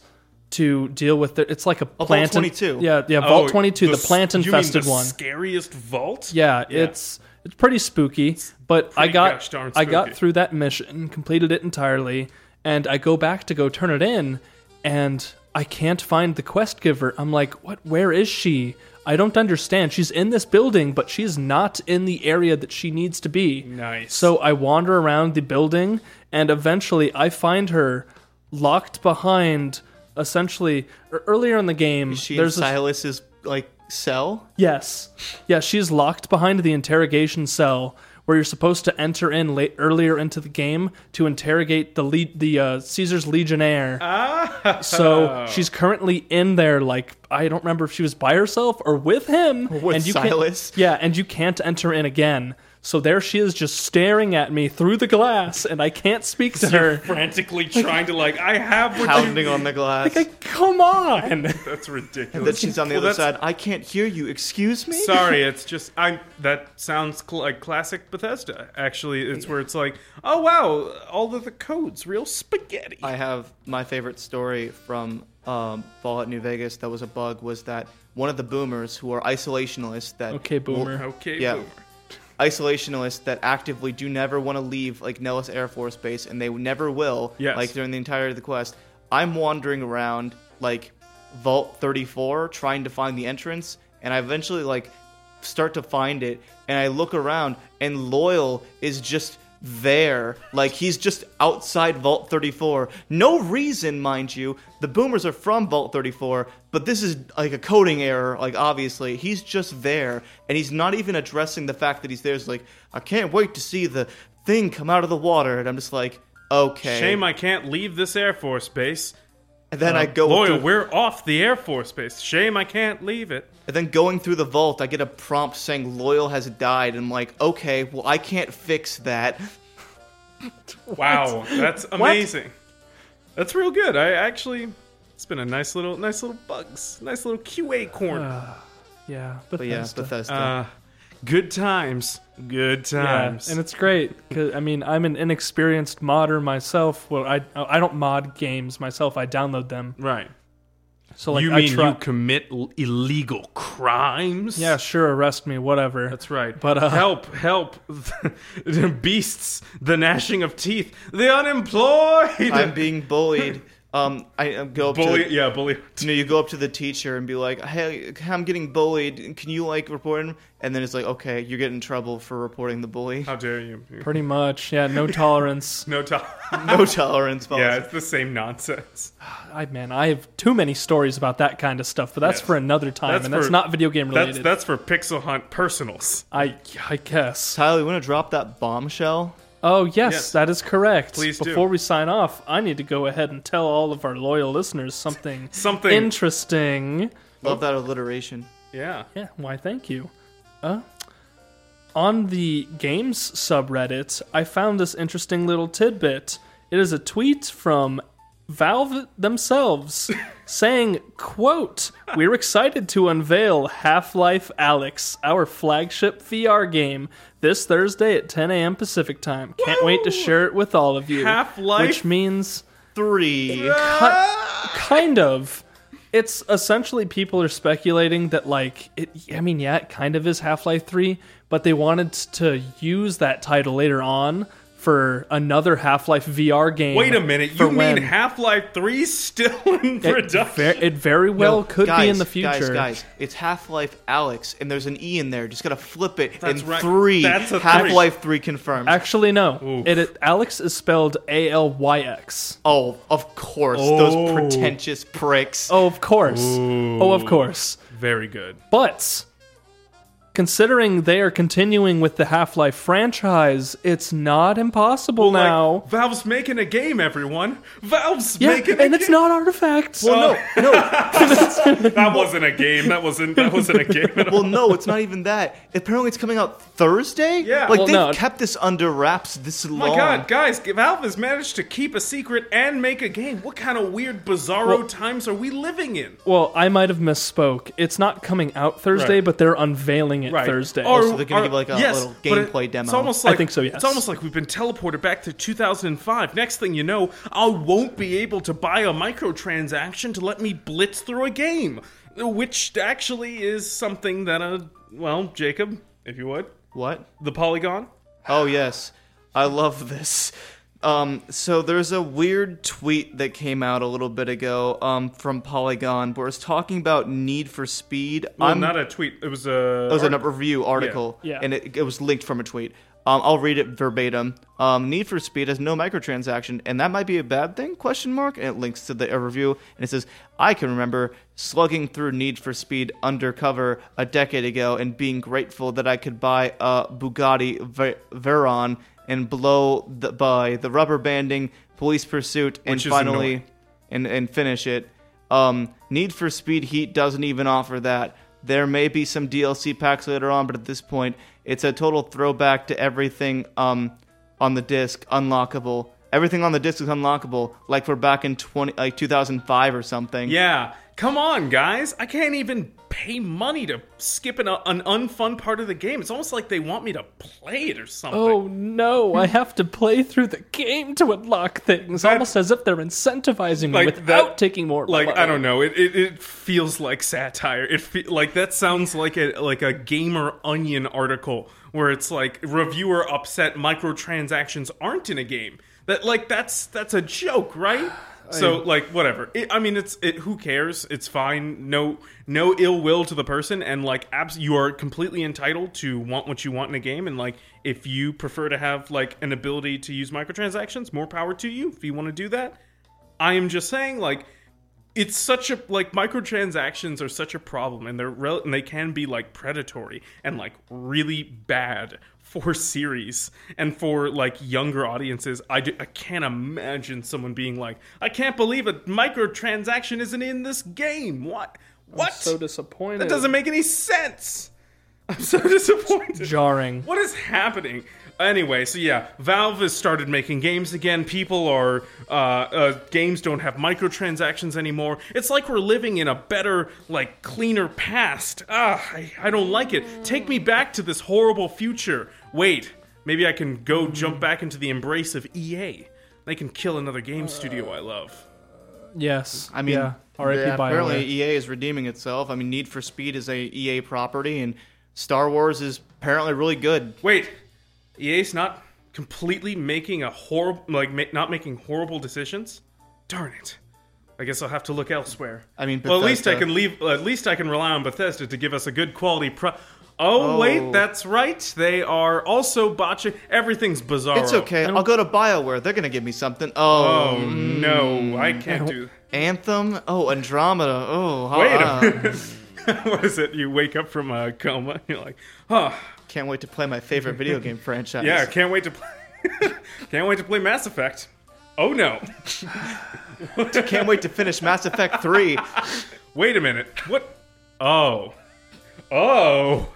Speaker 2: to deal with the, it's like a
Speaker 3: Vault
Speaker 2: plant
Speaker 3: 22.
Speaker 2: Yeah, yeah,
Speaker 1: Oh,
Speaker 2: Vault 22, the,
Speaker 1: s-
Speaker 2: plant
Speaker 1: you mean the
Speaker 2: infested one.
Speaker 1: Scariest vault.
Speaker 2: Yeah, it's it's pretty spooky, but I
Speaker 1: pretty
Speaker 2: got
Speaker 1: gosh darn
Speaker 2: I got
Speaker 1: spooky.
Speaker 2: through that mission, completed it entirely, and I go back to go turn it in, and I can't find the quest giver. I'm like, what? Where is she? I don't understand. She's in this building, but she's not in the area that she needs to be.
Speaker 1: Nice.
Speaker 2: So I wander around the building, and eventually I find her locked behind. Essentially, er- earlier in the game,
Speaker 3: She
Speaker 2: there's
Speaker 3: and
Speaker 2: this
Speaker 3: Silas's like cell.
Speaker 2: Yes. Yeah, she's locked behind the interrogation cell where you're supposed to enter in late, earlier into the game to interrogate the le- the uh, Caesar's legionnaire.
Speaker 3: Ah.
Speaker 2: So she's currently in there like I don't remember if she was by herself or with him
Speaker 3: with
Speaker 2: and you
Speaker 3: Silas.
Speaker 2: Can't, yeah, and you can't enter in again. So there she is just staring at me through the glass and I can't speak to
Speaker 1: You're
Speaker 2: her.
Speaker 1: frantically trying to like. I have what you
Speaker 3: Pounding on the glass.
Speaker 2: Like, come on.
Speaker 1: That's ridiculous.
Speaker 3: That she's on the
Speaker 1: Well,
Speaker 3: other
Speaker 1: that's-
Speaker 3: side. I can't hear you. Excuse me.
Speaker 1: Sorry, it's just I. That sounds cl- like classic Bethesda. Actually, it's where it's like, oh wow, all of the codes, real spaghetti.
Speaker 3: I have my favorite story from um, Fallout New Vegas. That was a bug. Was that one of the boomers who are isolationists that
Speaker 2: Okay, boomer.
Speaker 1: okay,
Speaker 3: Yeah.
Speaker 1: boomer.
Speaker 3: isolationists that actively do never want to leave like Nellis Air Force Base, and they never will.
Speaker 1: Yes.
Speaker 3: Like during the entirety of the quest, I'm wandering around like Vault 34 trying to find the entrance, and I eventually like start to find it, and I look around, and Loyal is just there like he's just outside vault 34 no reason mind you the boomers are from vault 34 but this is like a coding error like obviously he's just there and he's not even addressing the fact that he's there it's like i can't wait to see the thing come out of the water and i'm just like okay
Speaker 1: Shame I can't leave this Air Force base.
Speaker 3: and then i go
Speaker 1: Uh, Loyal,
Speaker 3: through-
Speaker 1: we're off the Air Force base. Shame I can't leave it.
Speaker 3: And then going through the vault, I get a prompt saying Loyal has died. And I'm like, okay, well, I can't fix that.
Speaker 1: Wow, that's amazing. That's real good. I actually, it's been a nice little, nice little bugs, nice little QA corner.
Speaker 2: yeah,
Speaker 3: But yeah,
Speaker 2: Bethesda.
Speaker 3: Bethesda.
Speaker 1: Uh, Good times. Good times.
Speaker 2: Ah. Yeah, and it's great. 'cause, I mean, I'm an inexperienced modder myself. Well, I I don't mod games myself. I download them.
Speaker 1: right.
Speaker 2: So like
Speaker 1: you
Speaker 2: I
Speaker 1: mean
Speaker 2: try.
Speaker 1: you commit l- illegal crimes?
Speaker 2: yeah, sure, arrest me, whatever.
Speaker 1: That's right.
Speaker 2: But, uh,
Speaker 1: help, help, the beasts, the gnashing of teeth, the unemployed.
Speaker 3: I'm being bullied. Um, I I go up to
Speaker 1: bully.
Speaker 3: the,
Speaker 1: Yeah, bully.
Speaker 3: you know, you go up to the teacher and be like, "Hey, I'm getting bullied. Can you like report him?" And then it's like, "Okay, you're getting in trouble for reporting the bully.
Speaker 1: How dare you?
Speaker 2: Pretty much. Yeah, no tolerance.
Speaker 1: No time.
Speaker 3: No tolerance policy."
Speaker 1: yeah, it's the same nonsense.
Speaker 2: I man, I have too many stories about that kind of stuff, but that's
Speaker 1: Yes.
Speaker 2: for another time,
Speaker 1: That's
Speaker 2: and that's
Speaker 1: for-
Speaker 2: not video game
Speaker 1: That's
Speaker 2: related.
Speaker 1: that's for Pixel Hunt personals.
Speaker 2: I I guess.
Speaker 3: Tyler, you want to drop that bombshell?
Speaker 2: Oh yes,
Speaker 1: Yes.
Speaker 2: that is correct.
Speaker 1: Please do.
Speaker 2: Before we sign off, I need to go ahead and tell all of our loyal listeners something
Speaker 1: Something.
Speaker 2: interesting.
Speaker 3: Love that alliteration.
Speaker 1: yeah.
Speaker 2: Yeah, why thank you. Uh, on the games subreddit, I found this interesting little tidbit. It is a tweet from Valve themselves saying, quote, We're excited to unveil Half-Life Alex, our flagship VR game, this Thursday at 10 a.m. Pacific time. Can't wait to share it with all of you.
Speaker 1: Half-Life-
Speaker 2: Which means
Speaker 3: Three.
Speaker 2: Ki- kind of. It's essentially people are speculating that like it. I mean, yeah, it kind of is Half Life Three, but they wanted to use that title later on for another Half Life VR game.
Speaker 1: Wait a minute.
Speaker 2: for
Speaker 1: You mean
Speaker 2: when-
Speaker 1: Half Life Three still in
Speaker 2: it,
Speaker 1: production?
Speaker 2: ver- it very well
Speaker 3: No,
Speaker 2: could
Speaker 3: guys,
Speaker 2: be in the future.
Speaker 3: Guys, guys, it's Half Life Alex, and there's an E in there. Just gotta flip it.
Speaker 1: That's
Speaker 3: and
Speaker 1: right.
Speaker 3: three.
Speaker 1: That's a
Speaker 3: Half Life Three confirmed.
Speaker 2: Actually, no.
Speaker 1: Oof.
Speaker 2: It, it Alex is spelled A L Y X.
Speaker 3: oh, of course,
Speaker 1: Oh.
Speaker 3: those pretentious pricks.
Speaker 2: Oh, of course. Oh, of course.
Speaker 1: Very good.
Speaker 2: But considering they are continuing with the Half Life franchise, it's not impossible
Speaker 1: Like,
Speaker 2: now.
Speaker 1: Valve's making a game, everyone. Valve's
Speaker 2: yeah,
Speaker 1: making a
Speaker 2: and it's
Speaker 1: game.
Speaker 2: not artifacts.
Speaker 1: Well, no, no. that wasn't a game. That wasn't. That wasn't a game at all.
Speaker 3: Well, no, it's not even that. Apparently, it's coming out Thursday.
Speaker 1: Yeah.
Speaker 3: like
Speaker 2: Well,
Speaker 3: they've
Speaker 2: no.
Speaker 3: kept this under wraps this
Speaker 1: Oh
Speaker 3: long.
Speaker 1: my god, guys, Valve has managed to keep a secret and make a game. What kind of weird, bizarro
Speaker 2: Well-
Speaker 1: times are we living in?
Speaker 2: Well, I might have misspoke. It's not coming out Thursday,
Speaker 1: Right. Oh,
Speaker 2: but they're unveiling it Thursday.
Speaker 3: so they're gonna give, like, a little
Speaker 1: but
Speaker 3: gameplay
Speaker 1: It's
Speaker 3: demo.
Speaker 1: almost like,
Speaker 2: I think so, yes.
Speaker 1: It's almost like we've been teleported back to 2005. Next thing you know, I won't be able to buy a microtransaction to let me blitz through a game, which actually is something that uh, well, Jacob, if you would,
Speaker 3: What?
Speaker 1: the Polygon.
Speaker 3: Oh yes, I love this. Um, so there's a weird tweet that came out a little bit ago um, from Polygon where it's talking about Need for Speed.
Speaker 1: Well,
Speaker 3: I'm
Speaker 1: not a tweet. It was a.
Speaker 3: It was an review article,
Speaker 2: Yeah.
Speaker 3: and it, it was linked from a tweet. Um, I'll read it verbatim. Um, Need for Speed has no microtransaction, and that might be a bad thing? Question mark. And it links to the a review, and it says, "I can remember slugging through Need for Speed Undercover a decade ago, and being grateful that I could buy a Bugatti Ve- Veyron and blow the, by the rubber banding, police pursuit, and
Speaker 1: Which is
Speaker 3: finally."
Speaker 1: annoying.
Speaker 3: and, and finish it. Um, Need for Speed Heat doesn't even offer that. There may be some DLC packs later on, but at this point, it's a total throwback to everything um, on the disc unlockable. Everything on the disc is unlockable, like we're back in 20, like 2005 or something.
Speaker 1: Yeah, come on, guys. I can't even pay money to skip an, an unfun part of the game. It's almost like they want me to play it or something.
Speaker 2: Oh no, I have to play through the game to unlock things.
Speaker 1: hmm. That-
Speaker 2: almost as if they're incentivizing me
Speaker 1: Like
Speaker 2: without
Speaker 1: that-
Speaker 2: taking more.
Speaker 1: like I don't know. It, it, it feels like satire. It fe- like that sounds like a like a gamer onion article where it's like reviewer upset microtransactions aren't in a game. That like that's that's a joke, right? So like whatever. It, I mean it's it who cares? It's fine. No no ill will to the person and like abs- you are completely entitled to want what you want in a game and like if you prefer to have like an ability to use microtransactions, more power to you if you want to do that. I am just saying like it's such a like microtransactions are such a problem and they're rel- and they can be like predatory and like really bad for series and for like younger audiences I d- I can't imagine someone being like i can't believe a microtransaction isn't in this game what what
Speaker 2: So disappointed.
Speaker 1: that doesn't make any sense i'm so disappointed
Speaker 2: jarring.
Speaker 1: what is happening? Anyway, so yeah, Valve has started making games again. People are uh, uh, games don't have microtransactions anymore. It's like we're living in a better, like cleaner past. Ah, I, I don't like it. Take me back to this horrible future. Wait, maybe I can go jump back into the embrace of EA. They can kill another game studio I love.
Speaker 2: Yes.
Speaker 3: I mean,
Speaker 2: yeah. R.I.P.
Speaker 3: yeah, apparently
Speaker 2: Bioware.
Speaker 3: EA is redeeming itself. I mean, Need for Speed is a EA property, and Star Wars is apparently really good.
Speaker 1: Wait, EA's not completely making a horrible, like ma- not making horrible decisions. Darn it! I guess I'll have to look elsewhere.
Speaker 3: I mean,
Speaker 1: well, at least I
Speaker 3: Bethesda.
Speaker 1: can leave. At least I can rely on Bethesda to give us a good quality pro. Oh, wait, that's right. They are also botching. Everything's bizarre.
Speaker 3: It's okay. I'll go to Bioware. They're gonna give me something. Oh,
Speaker 1: Oh no, I can't
Speaker 3: Mm.
Speaker 1: do.
Speaker 3: Anthem. Oh, Andromeda. Oh, ha,
Speaker 1: Wait
Speaker 3: ha.
Speaker 1: a minute. what is it? You wake up from a coma. and You're like, huh?
Speaker 3: Can't wait to play my favorite video game franchise.
Speaker 1: Yeah, can't wait to play. can't wait to play Mass Effect. Oh no.
Speaker 3: Can't wait to finish Mass Effect 3.
Speaker 1: Wait a minute. What? Oh. Oh.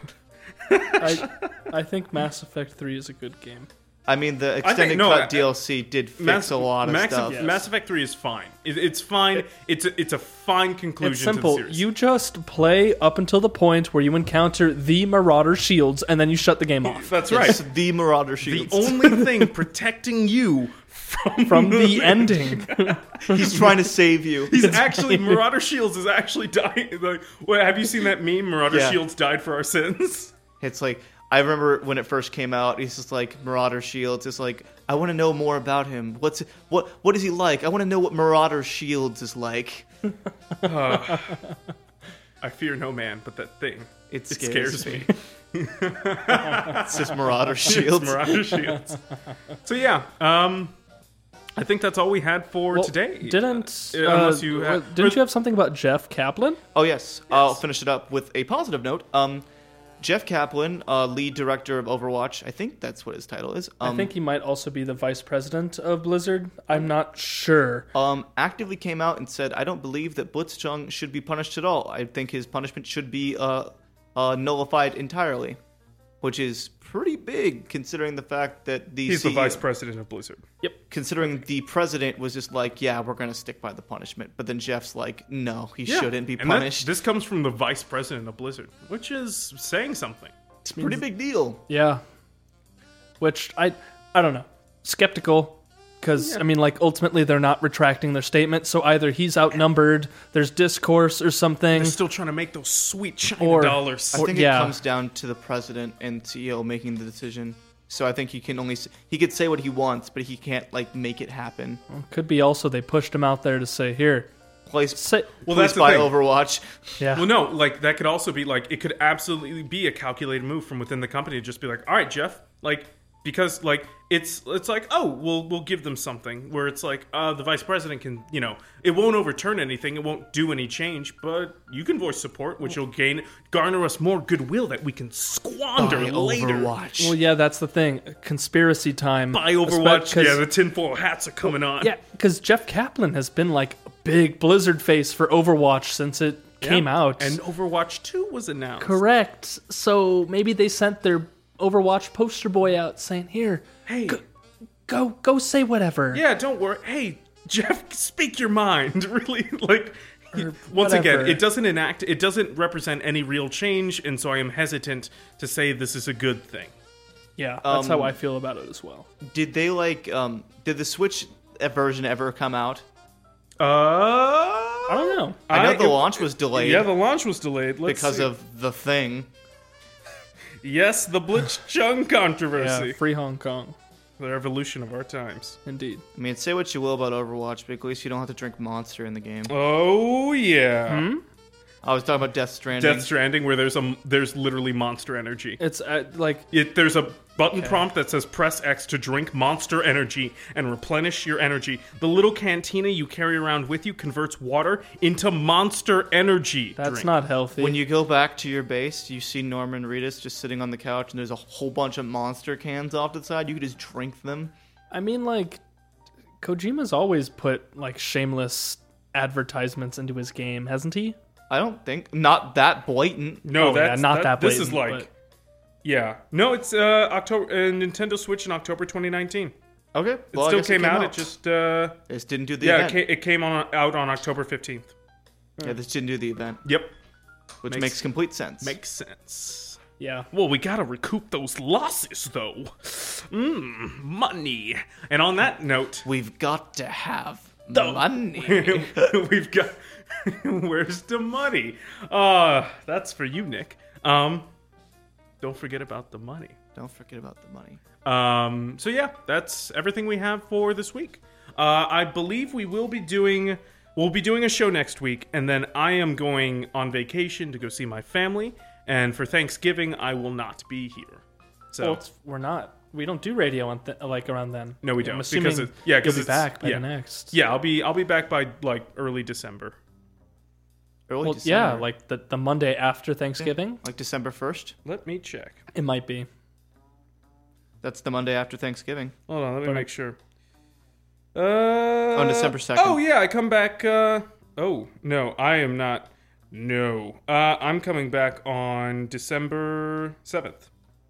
Speaker 2: I, I think Mass Effect 3 is a good game.
Speaker 3: I mean, the
Speaker 1: think-
Speaker 3: extended
Speaker 1: no, I-
Speaker 3: cut DLC did fix a lot of
Speaker 1: Max-
Speaker 3: stuff.
Speaker 1: Mass Effect 3 is fine. It, it's fine. it's a, it's a fine conclusion
Speaker 2: It's simple.
Speaker 1: to the series.
Speaker 2: You just play up until the point where you encounter the Marauder shields, and then you shut the game off
Speaker 1: That's
Speaker 3: It's
Speaker 1: right.
Speaker 3: the Marauder
Speaker 1: The
Speaker 3: Shields.
Speaker 1: only thing protecting you from
Speaker 2: from the ending.
Speaker 3: He's trying to save you.
Speaker 1: He's actually Marauder Shields is actually dying. Like, well, have you seen that meme? Marauder
Speaker 3: Yeah.
Speaker 1: Shields died for our sins.
Speaker 3: It's like I remember when it first came out. He's just like Marauder Shields. It's like I want to know more about him. What's what? What is he like? I want to know what Marauder Shields is like.
Speaker 1: I fear no man, but that thing.
Speaker 3: It
Speaker 1: It
Speaker 3: scares,
Speaker 1: scares
Speaker 3: me.
Speaker 1: me.
Speaker 3: It's just Marauder
Speaker 1: It's
Speaker 3: Shields.
Speaker 1: Marauder Shields. So yeah, um, I think that's all we had for
Speaker 2: Well,
Speaker 1: today.
Speaker 2: Didn't
Speaker 1: Uh,
Speaker 2: uh,
Speaker 1: unless you have- Um,
Speaker 2: uh, didn't you have something about Jeff Kaplan?
Speaker 3: Oh yes, I'll finish it up with a positive note. Um, Jeff Kaplan, uh, lead director of Overwatch. I think that's what his title is. Um,
Speaker 2: I think he might also be the vice president of Blizzard. I'm not sure.
Speaker 1: Uh,
Speaker 3: um, actively came out and said, "I don't believe that Blitz Chung should be punished at all. I think his punishment should be uh, uh, nullified entirely," which is pretty big considering the fact that the
Speaker 1: He's the
Speaker 3: CEO
Speaker 1: vice president of Blizzard.
Speaker 3: considering the president was just like, "Yeah, we're gonna stick by the punishment," but then Jeff's like, "No, he shouldn't be
Speaker 1: And that-
Speaker 3: punished."
Speaker 1: this comes from the vice president of Blizzard, which is saying something.
Speaker 3: it's a pretty big deal.
Speaker 2: Yeah. Which I I don't know. Skeptical cuz I mean like ultimately they're not retracting their statement, so either he's outnumbered, there's discourse or something.
Speaker 1: They're still trying to make those sweet China
Speaker 2: Or-
Speaker 1: dollars.
Speaker 3: I think
Speaker 2: yeah.
Speaker 3: it comes down to the president and CEO making the decision. So I think he can only s- he could say what he wants, but he can't like make it happen.
Speaker 2: Could be also they pushed him out there to say here.
Speaker 3: Place
Speaker 2: Say
Speaker 1: well,
Speaker 3: place
Speaker 1: that's
Speaker 3: by
Speaker 1: the thing.
Speaker 3: Overwatch.
Speaker 2: yeah.
Speaker 1: Well, no, like that could also be like it could absolutely be a calculated move from within the company to just be like, all right, Jeff, like because like it's it's like oh we'll we'll give them something where it's like uh the vice president can you know it won't overturn anything it won't do any change but you can voice support which will gain garner us more goodwill that we can squander
Speaker 3: By
Speaker 1: later
Speaker 3: Overwatch.
Speaker 2: Well, yeah, that's the thing. Conspiracy time.
Speaker 1: by Overwatch.
Speaker 2: Espe-
Speaker 1: yeah,
Speaker 2: 'cause-
Speaker 1: the tinfoil hats are coming on.
Speaker 2: Yeah, because Jeff Kaplan has been like a big Blizzard face for Overwatch since it came out.
Speaker 1: And Overwatch 2 was announced.
Speaker 2: correct. So maybe they sent their Overwatch poster boy out saying, "Here,
Speaker 1: Hey.
Speaker 2: go, go, go say whatever."
Speaker 1: Yeah, don't worry. Hey, Jeff, speak your mind. Really, like. Once again,
Speaker 2: whatever.
Speaker 1: it doesn't enact, it doesn't represent any real change, and so I am hesitant to say this is a good thing.
Speaker 2: Yeah, that's
Speaker 3: Um,
Speaker 2: how I feel about it as well.
Speaker 3: Did they like um did the Switch e, version ever come out?
Speaker 1: Uh, I
Speaker 2: I don't know.
Speaker 3: I know the
Speaker 1: it-
Speaker 3: launch was delayed
Speaker 1: Yeah, the launch was delayed Let's
Speaker 3: because
Speaker 1: see.
Speaker 3: of the thing.
Speaker 1: yes, the Blitz Chung
Speaker 2: Yeah,
Speaker 1: controversy,
Speaker 2: free Hong Kong,
Speaker 1: the revolution of our times.
Speaker 2: indeed.
Speaker 3: I mean, say what you will about Overwatch, but at least you don't have to drink Monster in the game.
Speaker 1: Oh yeah,
Speaker 2: Hmm?
Speaker 3: I was talking about Death Stranding.
Speaker 1: Death Stranding, where there's a there's literally monster energy.
Speaker 2: It's uh, like
Speaker 1: It, there's a button prompt that says press X to drink monster energy and replenish your energy. The little cantina you carry around with you converts water into monster energy.
Speaker 2: that's
Speaker 1: drink.
Speaker 2: not healthy.
Speaker 3: when you go back to your base, you see Norman Reedus just sitting on the couch, and there's a whole bunch of Monster cans off to the side. You could just drink them.
Speaker 2: I mean, like, Kojima's always put like shameless advertisements into his game, hasn't he?
Speaker 3: I don't think not that blatant.
Speaker 1: No,
Speaker 2: Oh, yeah,
Speaker 1: that's
Speaker 2: not that
Speaker 1: This is
Speaker 2: blatant,
Speaker 1: like Yeah. No, it's uh, October uh, Nintendo Switch in October 2019. It
Speaker 3: Okay. Well, I
Speaker 1: still
Speaker 3: guess
Speaker 1: came, out. It just uh,
Speaker 3: This didn't do the
Speaker 1: yeah, it
Speaker 3: event.
Speaker 1: came, it came on out on October 15th.
Speaker 3: yeah, this didn't do the event,
Speaker 1: Yep.
Speaker 3: which
Speaker 1: Makes-
Speaker 3: makes, complete sense.
Speaker 1: Makes sense.
Speaker 2: Yeah.
Speaker 1: Well, we gotta recoup those losses though. Mmm, money. And on that note,
Speaker 3: We've got to have
Speaker 1: The-
Speaker 3: money.
Speaker 1: we've got. Where's the money? Uh, that's for you, Nick. Um, don't forget about the money.
Speaker 3: Don't forget about the money.
Speaker 1: Um, so yeah, that's everything we have for this week. Uh, I believe we will be doing we'll be doing a show next week, and then I am going on vacation to go see my family, and for Thanksgiving I will not be here. So
Speaker 2: Well, it's, we're not. We don't do radio on th- like around then.
Speaker 1: No, we don't,
Speaker 2: I'm
Speaker 1: because
Speaker 2: assuming
Speaker 1: it- yeah, 'cause
Speaker 2: you'll be
Speaker 1: it's-
Speaker 2: back by
Speaker 1: yeah.
Speaker 2: the next.
Speaker 1: yeah, I'll be I'll be back by like early December.
Speaker 3: Early
Speaker 2: Well,
Speaker 3: December.
Speaker 2: yeah, like the, the Monday after Thanksgiving.
Speaker 3: like December 1st.
Speaker 1: Let me check.
Speaker 2: It might be.
Speaker 3: That's the Monday after Thanksgiving.
Speaker 1: Hold on, let me make sure. Uh,
Speaker 3: On December 2nd.
Speaker 1: Oh yeah, I come back. Uh, oh no, I am not. No, uh, I'm coming back on December seventh.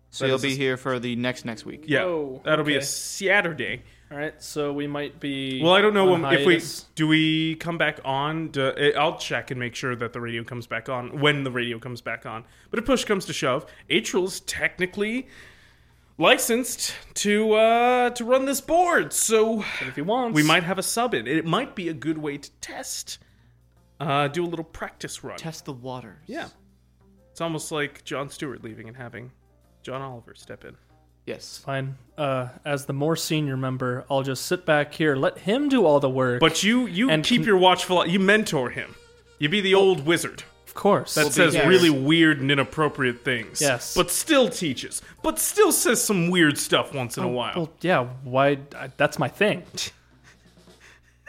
Speaker 3: So
Speaker 1: That
Speaker 3: you'll
Speaker 1: is
Speaker 3: be
Speaker 1: this-
Speaker 3: here for the next next week.
Speaker 1: Yeah,
Speaker 2: Whoa,
Speaker 1: that'll be a
Speaker 2: Oh, okay.
Speaker 1: Saturday.
Speaker 2: All right, so we might be.
Speaker 1: Well, I don't know
Speaker 2: on
Speaker 1: when, if we
Speaker 2: hiatus.
Speaker 1: do we come back on. Do, eh, I'll check and make sure that the radio comes back on when the radio comes back on. But if push comes to shove, Atril's technically licensed to uh, to run this board, so
Speaker 2: if he wants.
Speaker 1: we might have a sub in. It might be a good way to test. Uh, do a little practice run.
Speaker 3: Test the waters.
Speaker 1: Yeah. It's almost like John Stewart leaving and having John Oliver step in.
Speaker 3: Yes.
Speaker 2: Fine. Uh, as the more senior member, I'll just sit back here, let him do all the work.
Speaker 1: But you you
Speaker 2: And
Speaker 1: keep
Speaker 2: can-
Speaker 1: your watchful eye. You mentor him. You be the old wizard
Speaker 2: of course,
Speaker 1: that
Speaker 3: We'll be
Speaker 1: says
Speaker 3: here.
Speaker 1: really weird and inappropriate things.
Speaker 2: Yes.
Speaker 1: But still teaches. But still says some weird stuff once in a while.
Speaker 2: Oh, Well, yeah. Why? I, that's my thing.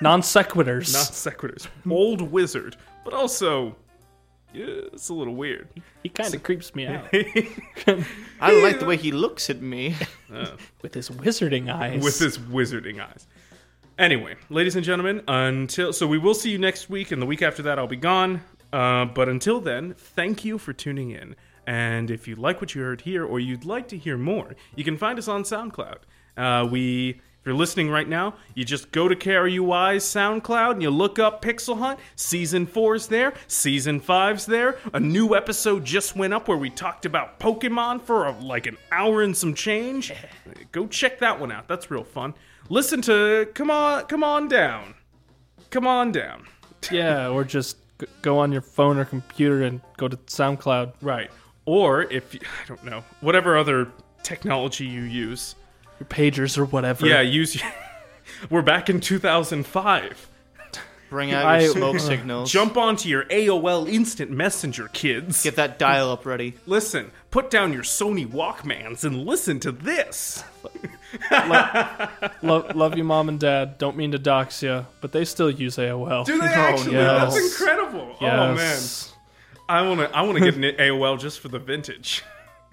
Speaker 2: non sequiturs.
Speaker 1: Not sequiturs. old wizard. But also, yeah, it's a little weird.
Speaker 2: he kind of creeps me out
Speaker 3: I like the way he looks at me.
Speaker 2: with his wizarding eyes.
Speaker 1: with his wizarding eyes. Anyway, ladies and gentlemen, until so we will see you next week, and the week after that I'll be gone. Uh, but until then, thank you for tuning in. And if you like what you heard here, or you'd like to hear more, you can find us on SoundCloud. Uh, we, if you're listening right now, you just go to KRUI's SoundCloud and you look up Pixel Hunt. Season four's there, season five's there. A new episode just went up where we talked about Pokemon for uh like an hour and some change. Go check that one out. That's real fun. Listen to come on, come on down, come on down.
Speaker 2: yeah, or just g- go on your phone or computer and go to SoundCloud.
Speaker 1: Right. Or if you, I don't know, whatever other technology you use.
Speaker 2: Your pagers or whatever.
Speaker 1: Yeah, use. We're back in 2005.
Speaker 3: Bring out your
Speaker 2: I-
Speaker 3: smoke signals.
Speaker 1: Jump onto your AOL Instant Messenger, kids.
Speaker 3: Get that dial up ready.
Speaker 1: Listen, put down your Sony Walkmans and listen to this.
Speaker 2: Lo- love you, mom and dad. Don't mean to dox you, but they still use AOL.
Speaker 1: Do they actually?
Speaker 2: yes.
Speaker 1: That's incredible.
Speaker 2: Yes.
Speaker 1: Oh man, I wanna, I wanna get an AOL just for the vintage.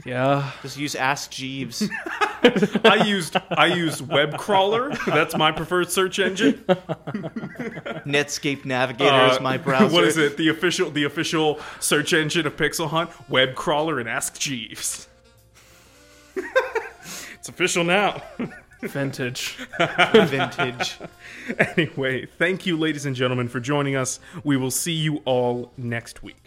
Speaker 2: Yeah.
Speaker 3: Just use Ask Jeeves.
Speaker 1: I used, I used Webcrawler. That's my preferred search engine.
Speaker 3: Netscape Navigator
Speaker 1: Uh,
Speaker 3: is my browser.
Speaker 1: What is it? The official, the official search engine of Pixel Hunt: Webcrawler and Ask Jeeves. it's official now.
Speaker 2: Vintage.
Speaker 3: Vintage.
Speaker 1: anyway, thank you, ladies and gentlemen, for joining us. We will see you all next week.